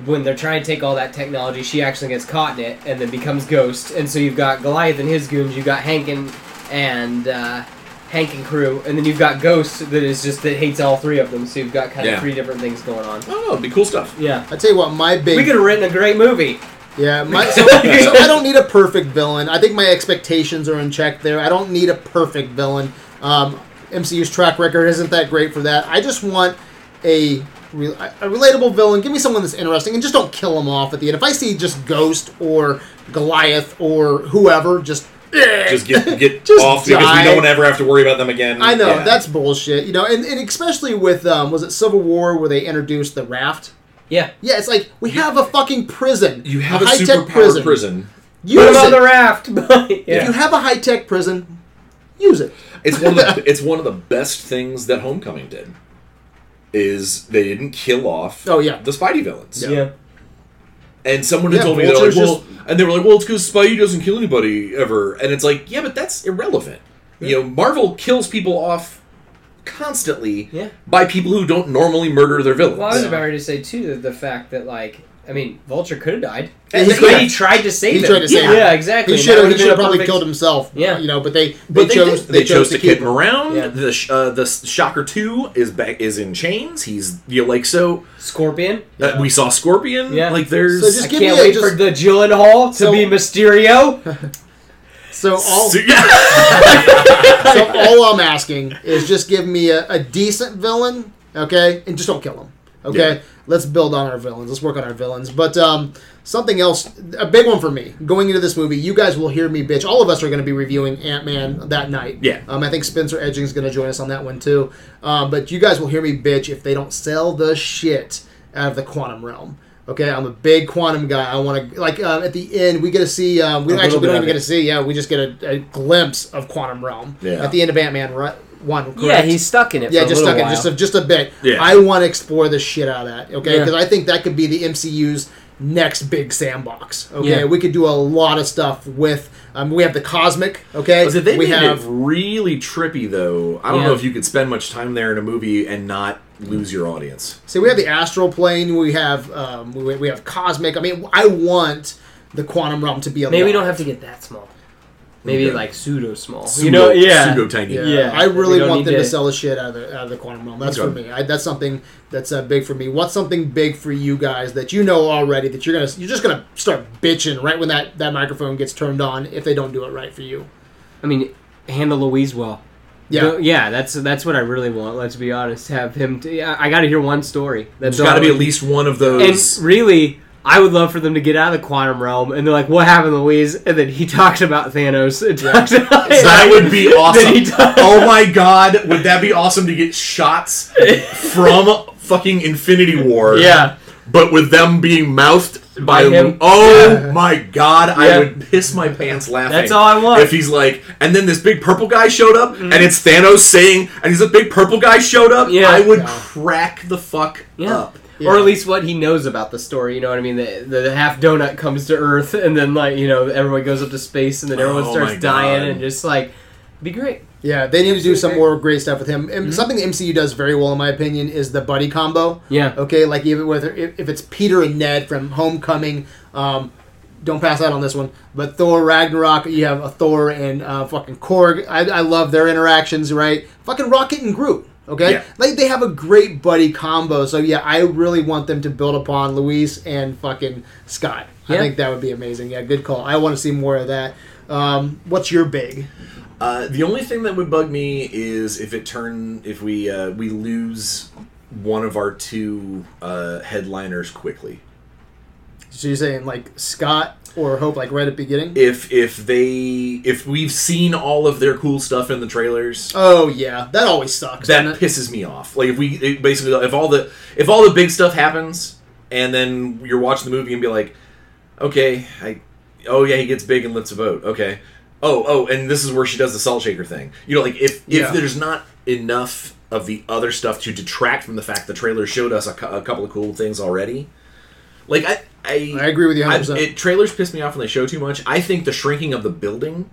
when they're trying to take all that technology, she actually gets caught in it and then becomes Ghost. And so you've got Goliath and his goons. You've got Hank and and uh, Hank and crew, and then you've got Ghost that is just that hates all three of them. So you've got kind of Yeah. three different things going on. I don't know. Oh, It'd be cool stuff. Yeah. I tell you what, my big We could have written a great movie. Yeah, my, so, so I don't need a perfect villain. I think my expectations are in check there. I don't need a perfect villain. Um, MCU's track record isn't that great for that. I just want a re- a relatable villain. Give me someone that's interesting, and just don't kill them off at the end. If I see just Ghost or Goliath or whoever, just eh, just get get Just off because we die. don't ever have to worry about them again. I know Yeah. that's bullshit. You know, and, and especially with um, was it Civil War where they introduced the raft. Yeah. Yeah, it's like we have a fucking prison. you have a, high-tech superpowered prison. Use Put 'em on it. the raft. If you yeah. have a high tech prison, use it. It's one of the it's one of the best things that Homecoming did. Is they didn't kill off Oh, yeah. the Spidey villains. Yeah. And someone had Yeah, told me they're like, Vulture's well, and they were like, well, it's because Spidey doesn't kill anybody ever, and it's like, yeah, but that's irrelevant. You know, Marvel kills people off constantly Yeah. by people who don't normally murder their villains. Well, I was Yeah. about ready to say too that the fact that like I mean Vulture could have died, Yeah, and he he, could've. tried to save He him. tried to save yeah, him. exactly. He and should that have. He would've should have been a probably perfect- killed himself. Yeah. you know, but they they, But they, chose did. They, chose, to keep keep him around. Yeah. The sh- uh, the s- Shocker Two is back is in chains. He's you know, like so. Scorpion. Uh, we saw Scorpion. Yeah. Like there's So just I give can't me a- wait just- for the Gyllenhaal to So- be Mysterio. So all So- so all I'm asking is just give me a, a decent villain, okay, and just don't kill him. Okay, Yeah. let's build on our villains. Let's work on our villains. But um, something else, a big one for me going into this movie. You guys will hear me, bitch. All of us are going to be reviewing Ant Man that night. Yeah. Um, I think Spencer Edging is going to join us on that one too. Um, but you guys will hear me, bitch, if they don't sell the shit out of the quantum realm. Okay, I'm a big quantum guy. I want to like um, at the end we get to see. Um, we A don't actually we little bit don't of even it. get to see. Yeah, we just get a, a glimpse of quantum realm Yeah. at the end of Ant Man one. Correct? Yeah, he's stuck in it. Yeah, for just a stuck little in just a, just a bit. Yeah. I want to explore the shit out of that. Okay, Yeah. because I think that could be the MCU's next big sandbox. Okay, Yeah. we could do a lot of stuff with. Um, we have the cosmic. Okay, Was it- they we made have it really trippy though. I don't know Yeah. if you could spend much time there in a movie and not lose your audience. see we have the astral plane. We have um, we, we have cosmic. I mean, I want the quantum realm to be a Maybe we lot. don't have to get that small. Maybe Okay. like pseudo small. Pseudo- you know? Yeah. pseudo tiny. Yeah, Yeah, I we really don't want need them to, to- sell the shit out of the, out of the quantum realm. That's for Okay. me. I, that's something that's uh, big for me. What's something big for you guys that you know already that you're gonna you're just gonna start bitching right when that that microphone gets turned on if they don't do it right for you. I mean, handle Louise well. Yeah, Go- yeah. That's that's what I really want. Let's be honest. Have him. T- I, I got to hear one story. That's There's got to all. be at least one of And those. really, I would love for them to get out of the quantum realm, and they're like, "What happened, Louise?" And then he talks about Thanos. And talks about that would be That he awesome. does. Oh my god, would that be awesome to get shots from fucking Infinity War? yeah. But with them being mouthed by By him. Oh my god, I Yeah. would piss my pants laughing. That's all I want. Mm. If he's like, and then this big purple guy showed up, and it's Thanos saying, and he's a big purple guy showed up, Yeah. I would Yeah. crack the fuck Yeah. up. or Yeah. at least what he knows about the story. You know what I mean? The, the half donut comes to Earth, and then like you know everyone goes up to space, and then everyone Oh my starts dying, God. and just like be great. Yeah, they need to do some Absolutely. more great stuff with him. And Mm-hmm. something the MCU does very well, in my opinion, is the buddy combo. Yeah. Okay, like even whether if, if it's Peter and Ned from Homecoming, um, don't pass out on this one. But Thor Ragnarok, you have a Thor and uh, fucking Korg. I, I love their interactions, right? Fucking Rocket and Groot. Okay, Yeah. like they have a great buddy combo. So yeah, I really want them to build upon Luis and fucking Scott. I Yeah. think that would be amazing. Yeah, good call. I want to see more of that. Um, what's your big? Uh, the only thing that would bug me is if it turn if we uh, we lose one of our two uh, headliners quickly. So you're saying like Scott or Hope, like right at the beginning? If if they if we've seen all of their cool stuff in the trailers, oh yeah, that always sucks. that doesn't it? pisses me off. Like if we it basically if all the if all the big stuff happens and then you're watching the movie and be like, okay, I oh yeah he gets big and lifts a boat. Okay, oh oh and this is where she does the salt shaker thing. You know like if Yeah. if there's not enough of the other stuff to detract from the fact the trailer showed us a, cou- a couple of cool things already. Like I I, I agree with you I- 100. percent it, trailers piss me off when they show too much. I think the shrinking of the building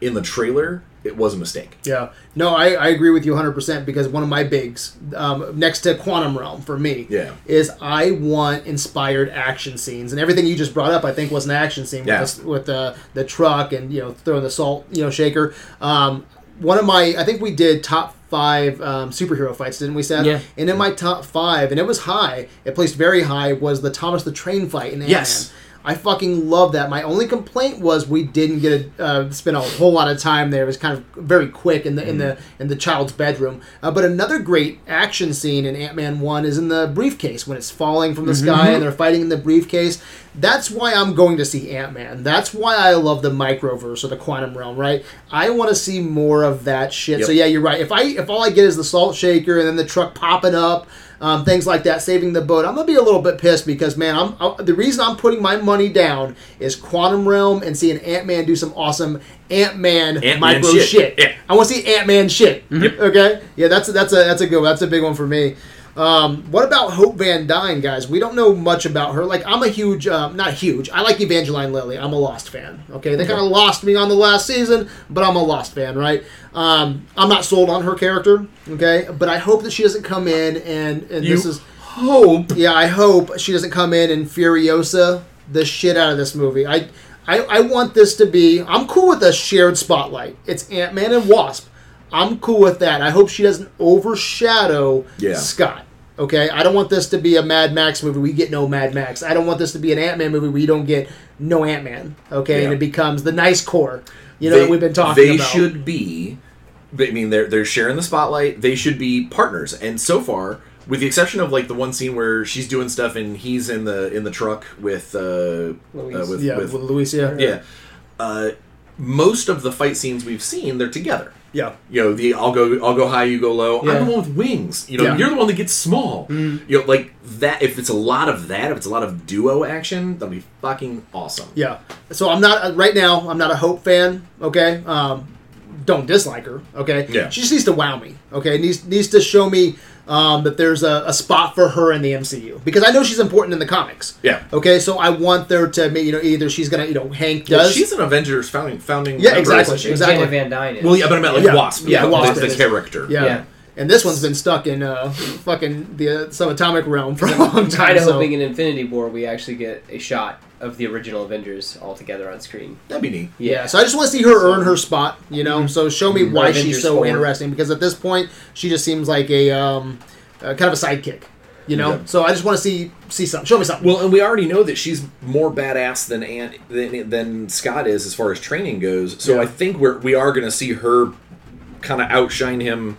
in the trailer it was a mistake. Yeah, no, I, I agree with you 100 percent because one of my bigs um, next to Quantum Realm for me Yeah. is I want inspired action scenes and everything you just brought up I think was an action scene Yeah. with, the, with the the truck and you know throwing the salt you know shaker. Um, one of my I think we did top five um, superhero fights didn't we Seth? Yeah. And in my top five and it was high it placed very high was the Thomas the Train fight in Yes. Ant-Man. I fucking love that. My only complaint was we didn't get a uh, spend a whole lot of time there. It was kind of very quick in the Mm-hmm. in the in the child's bedroom. Uh, but another great action scene in Ant Man One is in the briefcase when it's falling from the Mm-hmm. sky and they're fighting in the briefcase. That's why I'm going to see Ant Man. That's why I love the microverse or the quantum realm. Right? I want to see more of that shit. Yep. So yeah, you're right. If I if all I get is the salt shaker and then the truck popping up um, things like that, saving the boat. I'm gonna be a little bit pissed because man, I'm I, the reason I'm putting my money down is Quantum Realm and seeing Ant Man do some awesome Ant Man Ant-Man micro shit. shit. Yeah. I want to see Ant Man shit. Okay, yeah, that's that's a that's a good that's a big one for me. Um, what about Hope Van Dyne, guys? We don't know much about her. Like, I'm a huge, um, not huge. I like Evangeline Lilly. I'm a Lost fan. Okay, they kind of lost me on the last season, but I'm a Lost fan, right? Um, I'm not sold on her character. Okay, but I hope that she doesn't come in and and this You is hope yeah. I hope she doesn't come in and Furiosa the shit out of this movie. I I, I want this to be. I'm cool with a shared spotlight. It's Ant Man and Wasp. I'm cool with that. I hope she doesn't overshadow Yeah. Scott. Okay, I don't want this to be a Mad Max movie. We get no Mad Max. I don't want this to be an Ant Man movie. We don't get no Ant Man. Okay, and Yeah. it becomes the nice core. You know that we've been talking They about. should be. I mean, they're they're sharing the spotlight. They should be partners. And so far, with the exception of like the one scene where she's doing stuff and he's in the in the truck with uh, uh Louise. with, yeah, with, with Luis. Yeah, yeah. Uh, most of the fight scenes we've seen, they're together. yeah. You know, the I'll go I'll go high, you go low. Yeah. I'm the one with wings. You know, Yeah. you're the one that gets small. You know, like that. If it's a lot of that, if it's a lot of duo action, that'll be fucking awesome. Yeah. So I'm not uh, right now. I'm not a Hope fan. Okay. Um, don't dislike her. Okay. Yeah. She just needs to wow me. Okay. Needs needs to show me um, that there's a, a spot for her in the MCU because I know she's important in the comics. Yeah. Okay. So I want there to be you know either she's gonna you know Hank Well, does she's an Avengers founding founding. Yeah, member, isn't exactly. she? Exactly. Janet Van Dyne. Is. Well, yeah, but I meant like Yeah. Wasp. Yeah, the, Wasp the, is- the character. yeah. yeah. And this one's been stuck in uh, fucking the uh, subatomic realm for a long kind time. of So hoping in Infinity War we actually get a shot of the original Avengers all together on screen. that'd be neat. Yeah, so I just want to see her earn her spot, you know. So show me why Avengers she's so four. interesting because at this point she just seems like a um, uh, kind of a sidekick, you know. Okay. So I just want to see see something. Show me something. Well, and we already know that she's more badass than Aunt, than, than Scott is as far as training goes. So Yeah. I think we're we are going to see her kind of outshine him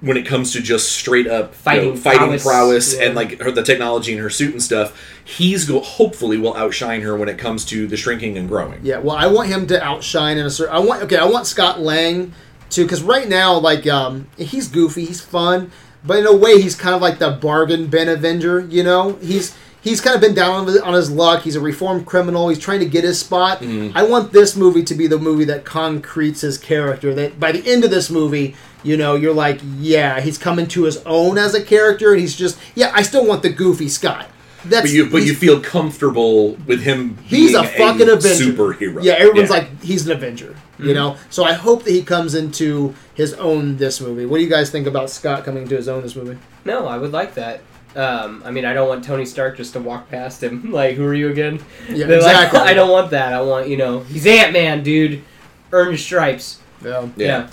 when it comes to just straight up you Fighting know, fighting prowess, prowess, yeah. and like her, the technology and her suit and stuff. He's go hopefully will outshine her when it comes to the shrinking and growing. yeah, well, I want him to outshine in a certain. I want okay, I want Scott Lang to because right now like um, he's goofy, he's fun, but in a way he's kind of like the bargain bin Avenger, you know. He's he's kind of been down on his, on his luck. He's a reformed criminal. He's trying to get his spot. Mm-hmm. I want this movie to be the movie that concretes his character. That by the end of this movie, You know, you're like, yeah, he's coming to his own as a character, and he's just, yeah, I still want the goofy Scott. That's But you but he's- you feel comfortable with him. he's a being fucking Avenger. superhero. Yeah, everyone's Yeah. like, he's an Avenger. You know, so I hope that he comes into his own this movie. What do you guys think about Scott coming into his own this movie? No, I would like that. Um, I mean, I don't want Tony Stark just to walk past him. Like, who are you again? Yeah, They're like, exactly. I don't want that. I want you know, he's Ant Man, dude. Earn your stripes. Yeah. Yeah. Yeah.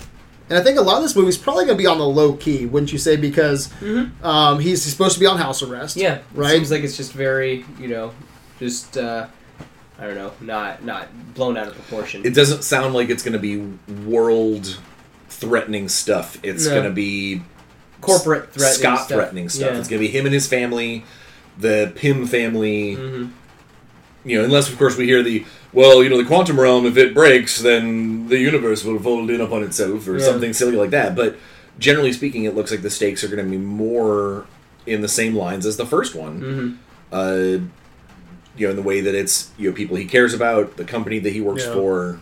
And I think a lot of this movie's probably going to be on the low key, wouldn't you say? Because um, he's, he's supposed to be on house arrest. Mm-hmm. Yeah, Right? Seems like it's just very, you know, just uh, I don't know, not not blown out of proportion. It doesn't sound like it's going to be world threatening stuff. It's No. going to be Corporate threat. Scott threatening stuff. It's going to be him and his family, the Pym family. Mm-hmm. hmm You know, unless of course we hear the well, you know, the quantum realm. If it breaks, then the universe will fold in upon itself, or Yeah. something silly like that. But generally speaking, it looks like the stakes are going to be more in the same lines as the first one. hmm Mm-hmm. Uh, you know, in the way that it's you know people he cares about, the company that he works Yeah. for.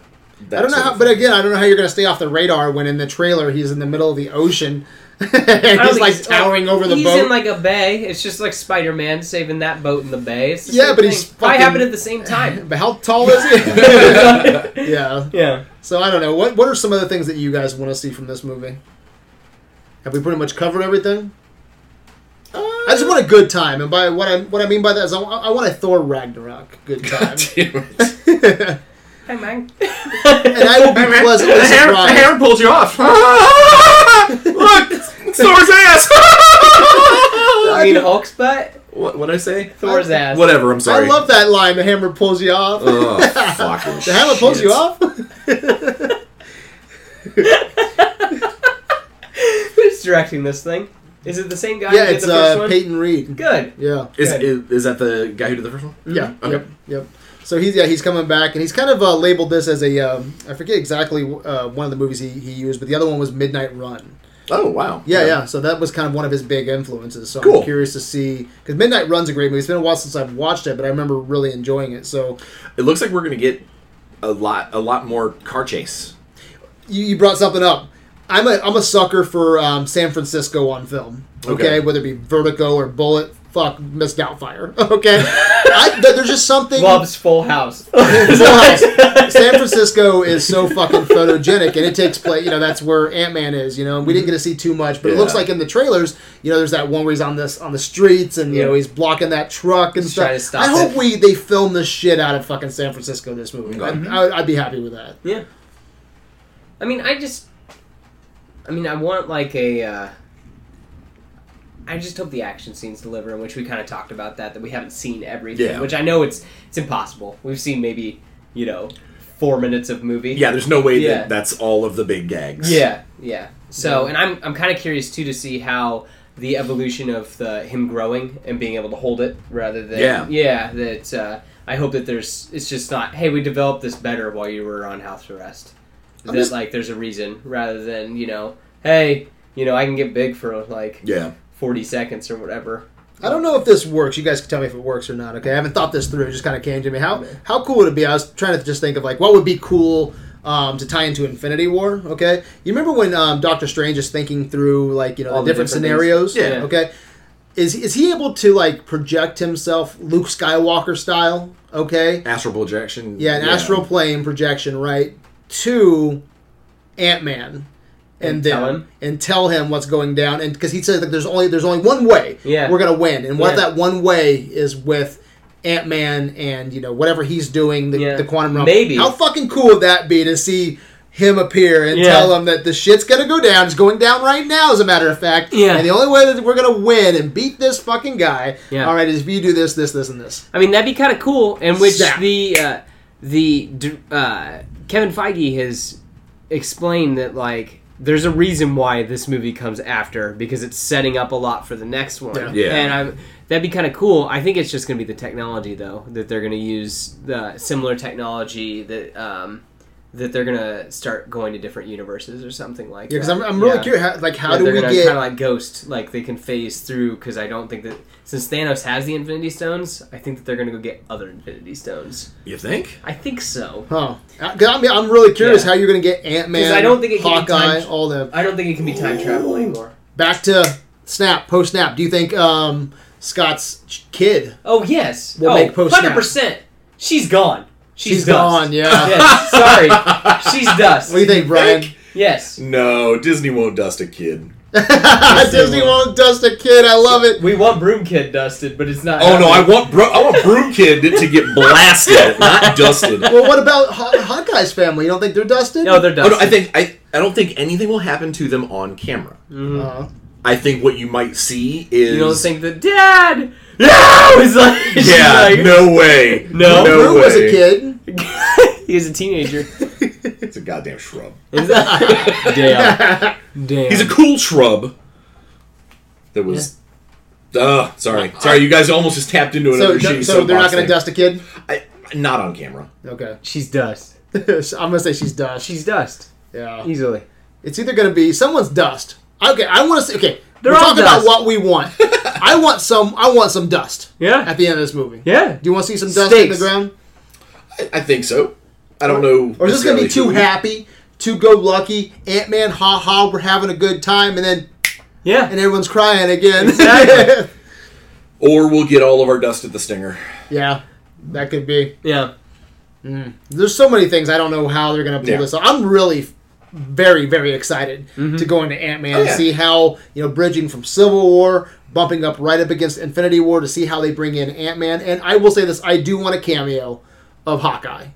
That I don't know sort how, of but thing. again, I don't know how you're going to stay off the radar when in the trailer he's in the middle of the ocean and I don't he's think like towering over the he's boat. in like a bay. It's just like Spider Man saving that boat in the bay. It's the Yeah, same but thing. he's Probably fucking- happened at the same time. but how tall is he? yeah. yeah. So I don't know. What What are some of the things that you guys want to see from this movie? Have we pretty much covered everything? I just want a good time, and by what I what I mean by that is I, wa- I want a Thor Ragnarok good time, Damn it. and Hi, man. I will be pleasantly surprised. pulled you off. Look, it's Thor's ass. I mean, Hulk's butt. what would I say? Thor's ass. Whatever. I'm I sorry. love that line. The hammer pulls you off. Oh, fucking the hammer pulls you off. Who's directing this thing? Is it the same guy? yeah, who did it's the first uh, one? Peyton Reed. Good. Yeah. Is, is is that the guy who did the first one? Mm-hmm. Yeah. Okay. Yep. Yep. So he's yeah he's coming back and he's kind of uh, labeled this as a um, I forget exactly uh, one of the movies he, he used but the other one was Midnight Run. Oh wow. Yeah, yeah, So that was kind of one of his big influences. So Cool. I'm curious to see because Midnight Run's a great movie. It's been a while since I've watched it, but I remember really enjoying it. So It looks like we're gonna get a lot a lot more car chase. you, you brought something up. I'm a I'm a sucker for um, San Francisco on film. Okay? Okay. whether it be Vertigo or Bullet, fuck Miss Doubtfire. Okay, I, th- there's just something. Loves Full House. Full House. San Francisco is so fucking photogenic, and it takes place. You know, that's where Ant Man is. You know, and we didn't get to see too much, but it Yeah. looks like in the trailers, you know, there's that one where he's on this on the streets, and you know, he's blocking that truck and stuff. trying to stop I hope it. we they film the shit out of fucking San Francisco this movie. Mhm. I, I, I'd be happy with that. Yeah. I mean, I just. I mean, I want like a. Uh, I just hope the action scenes deliver, in which we kind of talked about that, that we haven't seen everything, Yeah. which I know it's it's impossible. We've seen maybe you know four minutes of movie. Yeah, there's no way Yeah. that that's all of the big gags. Yeah, yeah. So, and I'm I'm kind of curious too to see how the evolution of the him growing and being able to hold it rather than Yeah. yeah that uh, I hope that there's it's just not hey we developed this better while you were on house arrest that I'm just- like there's a reason rather than you know hey you know I can get big for like Yeah. forty seconds or whatever I don't know if this works. You guys can tell me if it works or not. Okay, I haven't thought this through. It just kind of came to me. How how cool would it be? I was trying to just think of like what would be cool um, to tie into Infinity War. Okay, you remember when um, Doctor Strange is thinking through like you know All the the different, different scenarios. things. Yeah. Okay. Is is he able to like project himself Luke Skywalker style? Okay. Astral projection. Yeah, an astral plane projection, right? To Ant Man. And, And them, tell him? and tell him what's going down, and because he says like there's only there's only one way Yeah. we're gonna win, and what if Yeah. that one way is with Ant Man and you know whatever he's doing the, Yeah. the quantum realm. Maybe. how fucking cool would that be to see him appear and Yeah. tell him that the shit's gonna go down, it's going down right now, as a matter of fact, Yeah. and the only way that we're gonna win and beat this fucking guy, Yeah. all right, is if you do this, this, this, and this. I mean, that'd be kind of cool. In which Zap. the uh, the d- uh, Kevin Feige has explained that like there's a reason why this movie comes after because it's setting up a lot for the next one. Yeah. Yeah. And I'm that'd be kind of cool. I think it's just gonna be the technology though that they're gonna use the similar technology that um, that they're gonna start going to different universes or something like Yeah, because that. I'm, I'm really Yeah. curious. How, like, how Yeah, do they're we gonna get? kind of like ghost, like they can phase through? Because I don't think that since Thanos has the Infinity Stones, I think that they're gonna go get other Infinity Stones. You think? I think so. Huh. I, 'cause I'm, I'm really curious Yeah. how you're going to get Ant Man, 'Cause I don't think it can be Hawkeye, timed. all the I don't think it can be time travel anymore. back to snap post snap. Do you think um, Scott's ch- kid? Oh yes. We'll oh, make post Hundred percent. She's gone. She's, She's dust. gone. Yeah. Yes. Sorry. She's dust. What do you think, Brian? Yes. No, Disney won't dust a kid. Disney won't dust a kid. I love it. We want Broom Kid dusted, but it's not. Oh no, I happening. want bro- I want Broom Kid to get blasted, not dusted. Well, what about Haw- Hawkeye's family? You don't think they're dusted? No, they're Oh, dusted. no, I think I, I don't think anything will happen to them on camera. Mhm. Uh, I think what you might see is You don't think the dad? No. He's like. she's Yeah, like- no way. No. Groot was a kid. He's a teenager. It's a goddamn shrub. Damn. Damn. He's a cool shrub. That was. Ugh, sorry, sorry. You guys almost just tapped into so another so shitty they're not soapbox going to thing. dust a kid. I, not on camera. Okay, She's dust. So I'm going to say she's dust. She's dust. yeah, Easily. it's either going to be someone's dust. Okay, I want to say okay. They're we're all talking dust. about what we want. I want some. I want some dust Yeah. at the end of this movie. Yeah. Do you want to see some dust in Stakes. the ground? I, I think so. I don't know. Or is this going to be too necessarily who- happy, too go lucky? Ant Man, ha ha, we're having a good time, and then Yeah. and everyone's crying again. Exactly. Or we'll get all of our dust at the stinger. yeah, that could be. yeah. There's so many things I don't know how they're going to pull Yeah. this off. I'm really very very excited Mm-hmm. to go into Ant Man Oh, and yeah. see how you know bridging from Civil War, bumping up right up against Infinity War to see how they bring in Ant Man. And I will say this: I do want a cameo of Hawkeye.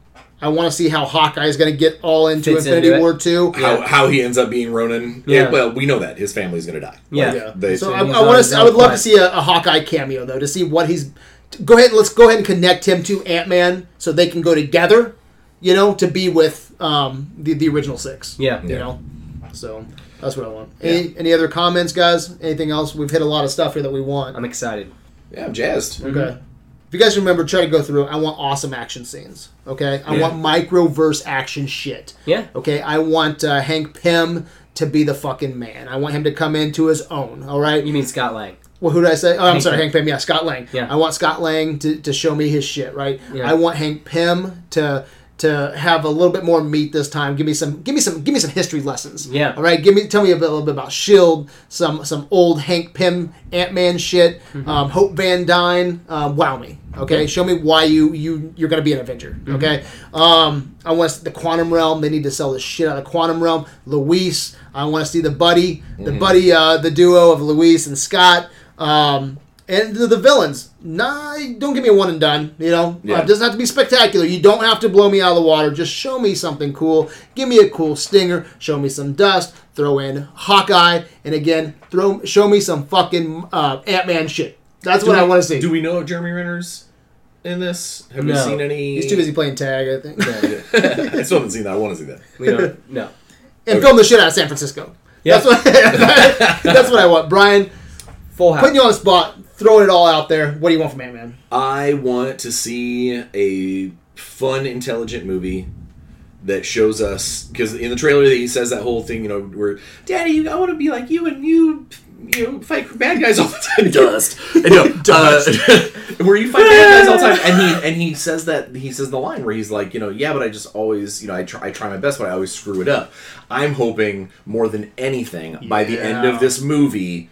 I want to see how Hawkeye is going to get all into Fits into Infinity it. War two. How, how he ends up being Ronan. Yeah. Yeah. well, we know that his family's going to die. Yeah. Yeah. They- so So I, he's I on want his to. I would own love plan. to see a, a Hawkeye cameo though to see what he's. t- Go ahead. Let's go ahead and connect him to Ant Man so they can go together. You know, to be with um, the the original six. Yeah. You know, so that's what I want. Any any other comments, guys? Anything else? We've hit a lot of stuff here that we want. I'm excited. Yeah, I'm jazzed. Okay. If you guys remember, try to go through. I want awesome action scenes. Okay. I want microverse action shit. Yeah. Okay, I want uh, Hank Pym to be the fucking man. I want him to come into his own. All right, You mean Scott Lang? well, who did I say? Oh, I'm sorry, Pym. Hank Pym. Yeah, Scott Lang. Yeah. I want Scott Lang to, to show me his shit, right? Yeah. I want Hank Pym to to have a little bit more meat this time. Give me some give me some give me some history lessons. Yeah. All right, give me tell me a, bit, little bit about Shield, E some some old Hank Pym Ant Man shit, um, Hope Van Dyne, um, wow me. Okay, show me why you you you're gonna be an Avenger. Okay, um, I want to see the Quantum Realm. They need to sell the shit out of Quantum Realm. Luis, I want to see the buddy, the buddy, uh, the duo of Luis and Scott. Um, and the, the villains, nah, don't give me a one and done. You know, Yeah. Uh, doesn't have to be spectacular. You don't have to blow me out of the water. Just show me something cool. Give me a cool stinger. Show me some dust. Throw in Hawkeye, and again, throw show me some fucking uh, Ant Man shit. That's what I want to see. Do we know if Jeremy Renner's in this? Have we No. seen any? He's too busy playing tag, I think. I still haven't seen that. I want to see that. We don't. no. and film the shit out of San Francisco. Yeah. That's what. that's what I want, Brian. Full House. Putting you on the spot, throwing it all out there. What do you want from Ant Man? I want to see a fun, intelligent movie that shows us because in the trailer he says that whole thing, you know, where Daddy, you, I want to be like you and you, you know, fight bad guys all the time. Dust, I know, Uh, where you fight bad guys all the time, and he and he says that he says the line where he's like, you know, yeah, but I just always, you know, I try, I try my best, but I always screw it up. I'm hoping more than anything by the end Yeah. of this movie,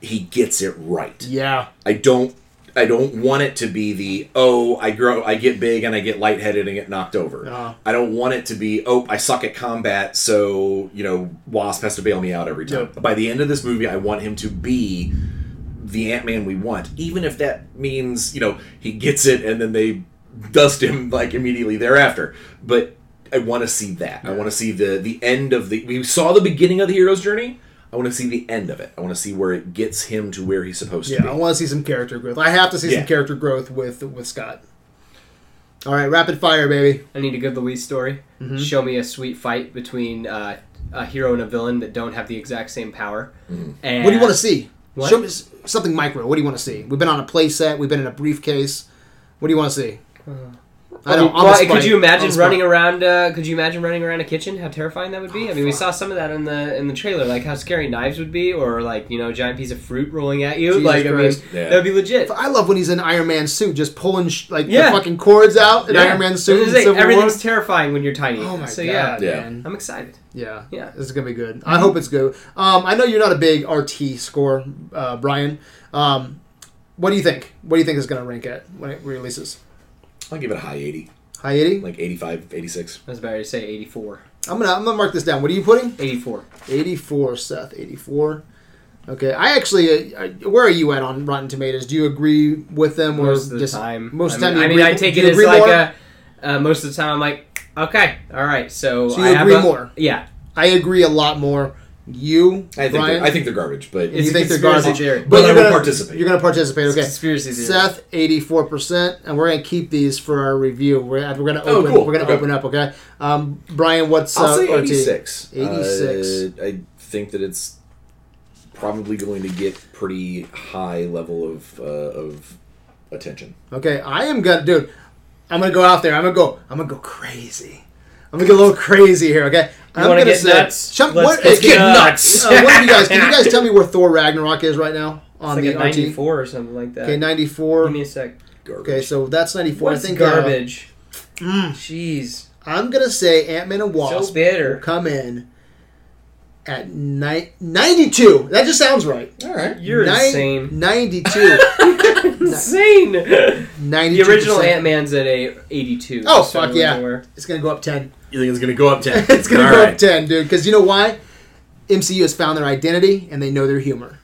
he gets it right. Yeah. I don't I don't want it to be the oh I grow I get big and I get lightheaded and get knocked over. Uh-huh. I don't want it to be oh I suck at combat so you know Wasp has to bail me out every time. By the end of this movie, I want him to be the Ant Man we want, even if that means you know he gets it and then they dust him like immediately thereafter. But I want to see that. I want to see the the end of the. We saw the beginning of the hero's journey. I want to see the end of it. I want to see where it gets him to where he's supposed to Yeah, be. I want to see some character growth. I have to see Yeah. some character growth with with Scott. All right, rapid fire, baby. I need a good Louise story. Mm-hmm. Show me a sweet fight between uh, a hero and a villain that don't have the exact same power. And What do you want to see? What? Show me s- something micro. What do you want to see? We've been on a play set. We've been in a briefcase. What do you want to see? I know. on the Well, spike, Uh, could you on the imagine spike. running around? Uh, could you imagine running around a kitchen? How terrifying that would be. I Oh, mean, we saw some of that in the in the trailer, like how scary knives would be, or like you know, a giant piece of fruit rolling at you. Jesus like I mean, Christ. Yeah. that'd be legit. I love when he's in Iron Man suit, just pulling sh- like Yeah. the fucking cords out in Yeah. Iron Man suit. It's in like, Civil War. everything's terrifying when you're tiny. Oh my so god, yeah, Yeah. man. I'm excited. Yeah, Yeah. this is gonna be good. I hope it's good. Um, I know you're not a big RT score, uh, Brian. Um, what do you think? What do you think it's gonna rank at when it releases? I'll give it a high 80, High eighty. like 85, 86. I was about to say 84. I'm gonna I'm gonna mark this down. What are you putting? 84. Eighty four, Seth. Eighty four. Okay. I actually, uh, I, where are you at on Rotten Tomatoes? Do you agree with them or Most of the just time. Most I of mean, the time, you I mean, agree- I take do it you as agree like more? a. Uh, most of the time, I'm like, okay, all right. So, So you I have agree a- more? Yeah, I agree a lot more. You, I Brian, think, they're, I think they're garbage, but you It's a think they're conspiracy garbage, theory. But I you're will gonna participate. You're gonna participate. Okay. conspiracy theory. Seth eighty four percent, and we're gonna keep these for our review. We're gonna, we're gonna Oh, open. cool. We're gonna Okay. open up. Okay. Um, Brian, what's I'll uh, say RT? 86. 86. Uh, I think that it's probably going to get pretty high level of uh, of attention. Okay, I am gonna, dude. I'm gonna go out there. I'm gonna go. I'm gonna go crazy. I'm gonna get a little crazy here. Okay. I'm wanna gonna get nuts? Chum- Let's what, get it's getting nuts. nuts. Uh, what do you guys? Can you guys tell me where Thor Ragnarok is right now on It's like a the RT? 94 or something like that. Okay, ninety four. Give me a sec. Garbage. Okay, so that's ninety four. I What's think uh, garbage? Jeez, I'm gonna say Ant Man and Wasp so bitter. come in at ni- 92. That just sounds right. All right. You're Nin- insane. 92. Insane. the 92. original Ant Man's at a 82. Oh, so fuck yeah. we're- It's going to go up 10. You think it's going to go up 10? It's going to go up 10, dude. Because you know why? MCU has found their identity and they know their humor.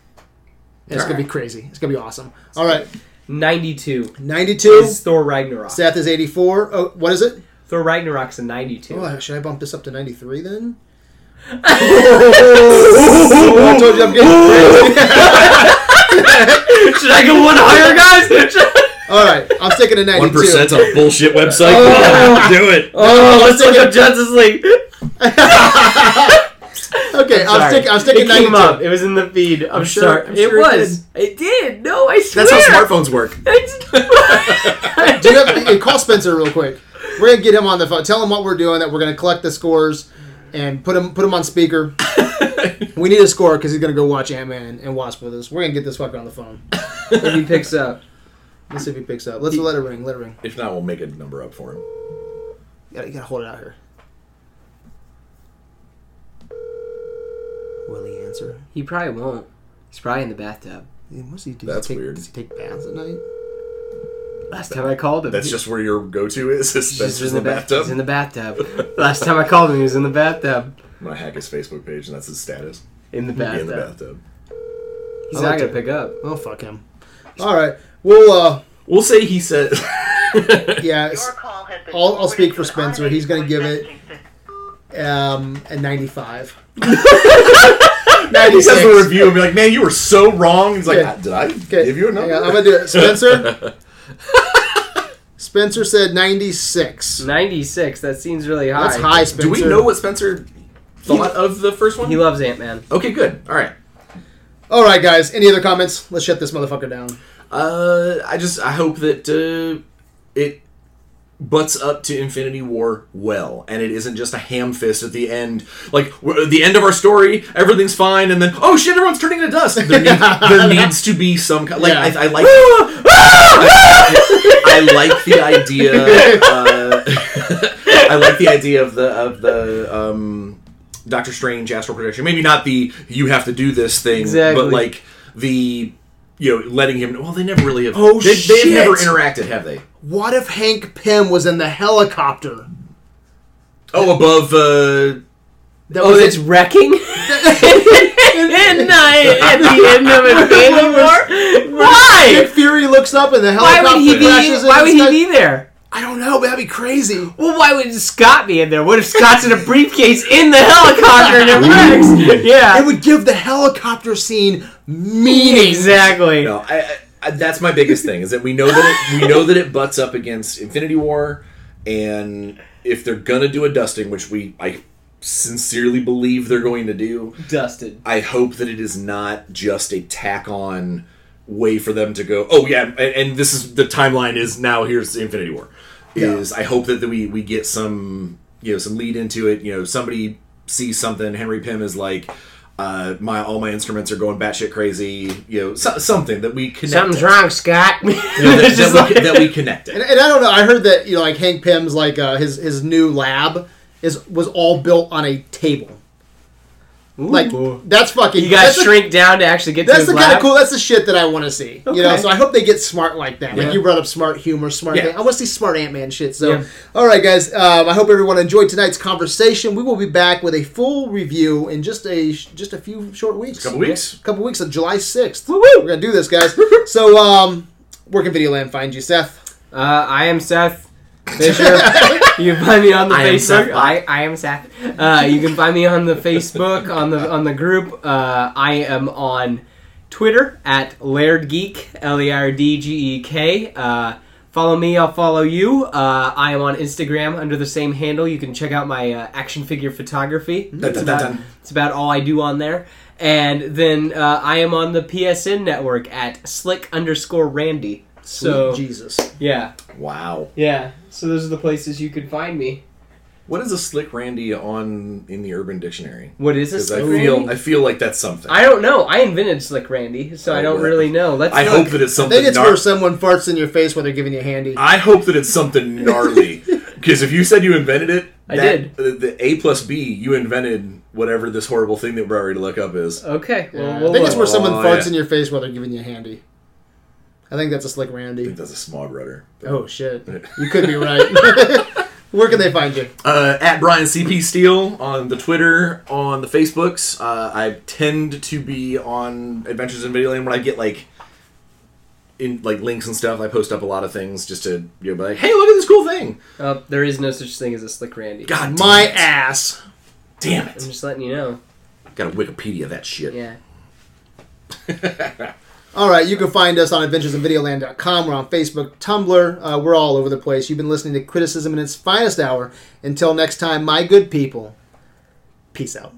And it's going to be crazy. It's going to be awesome. All right. 92 92. is Thor Ragnarok. Seth is 84. Oh, what is it? Thor Ragnarok's a 92. Oh, should I bump this up to 93 then? Oh, I told you I'm getting crazy. Should I go one higher, guys? Should I- All right. I'm sticking to 92. One percent on a bullshit website. Oh. do it. oh, let's take look up Justice League. Okay, I'm, Sorry. sticking. I'm sticking It 92. came up. It was in the feed. I'm, sure- sorry. I'm sure it it was. It did. No, I swear. That's how smartphones work. smartphone. Do you have hey, call Spencer real quick? We're gonna get him on the phone. Tell him what we're doing. That we're gonna collect the scores and put him put him on speaker. we need a score because he's gonna go watch Ant Man and Wasp with us. We're gonna get this fucker on the phone. if he picks up. Let's see if he picks up. Let's let it ring. Let it ring. If not, we'll make a number up for him. You gotta, you gotta hold it out here. Will he answer? He probably won't. He's probably in the bathtub. Yeah, What's he do? That's does he take, weird. Does he take baths at night? Last time I called him, That's just where your go-to is. is he's that's just in the, ba- the he's in bathtub. the bathtub. Last time I called him, he was in the bathtub. I'm gonna hack his Facebook page, and that's his status. In the Be bathtub. in the bathtub. He's I not like gonna it. pick up. Oh fuck him. All right. We'll uh We'll say he said. yeah. s- Your call has been I'll- I'll speak for forwarded to an Spencer. automated He's gonna voice give it- messaging system. um, a 95. he says 96. the review and be like, "Man, you were so wrong." He's like, Yeah. "Ah, "Did I Okay, give you a hang on, number?" I'm gonna do it. Spencer. Spencer said 96. 96. That seems really high. That's high, Spencer. Do we know what Spencer thought of the first one? He loves Ant Man. okay, good. All right. All right, guys. Any other comments? Let's shut this motherfucker down. Uh, I just I hope that uh, it butts up to Infinity War well, and it isn't just a ham fist at the end. Like we're- the end of our story, everything's fine, and then oh shit, everyone's turning to dust. There, need- there needs to be some kind. Like Yeah. I, I like. I like the idea. Uh, I like the idea of the of the um, Doctor Strange astral projection. Maybe not the you have to do this thing, Exactly. but like the you know letting him. Well, they never really have. Oh, they, shit. They've never interacted, have they? What if Hank Pym was in the helicopter? Oh, above. Uh, That Oh, was it's wrecking? and I, at the end of Infinity War? Nick Why? Fury looks up and the Why helicopter would he be? crashes. Why and would it's he not- be there? I don't know, but that'd be crazy. Well, why would Scott be in there? What if Scott's in a briefcase in the helicopter and it wrecks? It Yeah, would give the helicopter scene meaning. exactly. no, I, I, I, that's my biggest thing is that we know that it, we know that it butts up against Infinity War, and if they're gonna do a dusting, which we I sincerely believe they're going to do, Dusted. I hope that it is not just a tack on way for them to go. Oh yeah, and, and this is the timeline is now. Here's Infinity War. Is I hope that, that we we get some you know some lead into it. You know, somebody sees something. Henry Pym is like. Uh, my all my instruments are going batshit crazy, you know, so, something that we connect. Something's it. wrong, Scott. that, It's just that we, like- that we connect it. And, and I don't know. I heard that you know, like Hank Pym's like uh, his his new lab is was all built on a table. Like Ooh. that's fucking. you got that's the- shrink down to actually get that's to the his kind of lab? cool. That's the shit that I want to see. You know, Okay. so I hope they get smart like that. Yeah. Like you brought up smart humor, smart. Yeah. thing. I want to see smart Ant Man shit. So, Yeah. all right, guys. Um, I hope everyone enjoyed tonight's conversation. We will be back with a full review in just a just a few short weeks. couple weeks. couple weeks of July sixth. Woo-woo. We're gonna do this, guys. so, um, where can Videoland find you, Seth? Uh, I am Seth Fisher. you can find me on the I am Seth Facebook. Black. I, I am Seth. Uh, you can find me on the Facebook on the on the group. Uh, I am on Twitter at Laird Geek L E R D G E K. Uh, follow me. I'll follow you. Uh, I am on Instagram under the same handle. You can check out my uh, action figure photography. That's dun, dun, about, dun. it's about all I do on there. And then uh, I am on the PSN network at slick underscore randy. So Jesus. yeah. Wow. Yeah. So those are the places you could find me. What is a slick Randy on in the Urban Dictionary? What is this? Because I feel I feel like that's something. I, I don't know. I invented Slick Randy, so I don't Oh, really know. Let's look. hope that it's I something. think it's gnar- where someone farts in your face when they're giving you a handy. Ah, I hope that it's something gnarly. Because if you said you invented it, I that- The, the A plus B, you invented whatever this horrible thing that we're already to look up is. Okay. Well, Yeah, we'll I think look. it's where someone Oh, farts yeah. in your face while they're giving you a handy. I think that's a slick Randy. That's a small rudder. Oh shit! You could be right. Where can they find you? Uh, at Brian CP Steele on the Twitter, on the Facebooks. Uh, I tend to be on Adventures in Video Land when I get like in like links and stuff. I post up a lot of things just to you know, be like, hey, look at this cool thing. Oh, there is no such thing as a Slick Randy. God, My damn it. ass. Damn I'm it! just letting you know. Got to Wikipedia that shit. Yeah. All right, you can find us on adventuresinvideoland.com. We're on Facebook, Tumblr. Uh, we're all over the place. You've been listening to Criticism in its finest hour. Until next time, my good people, peace out.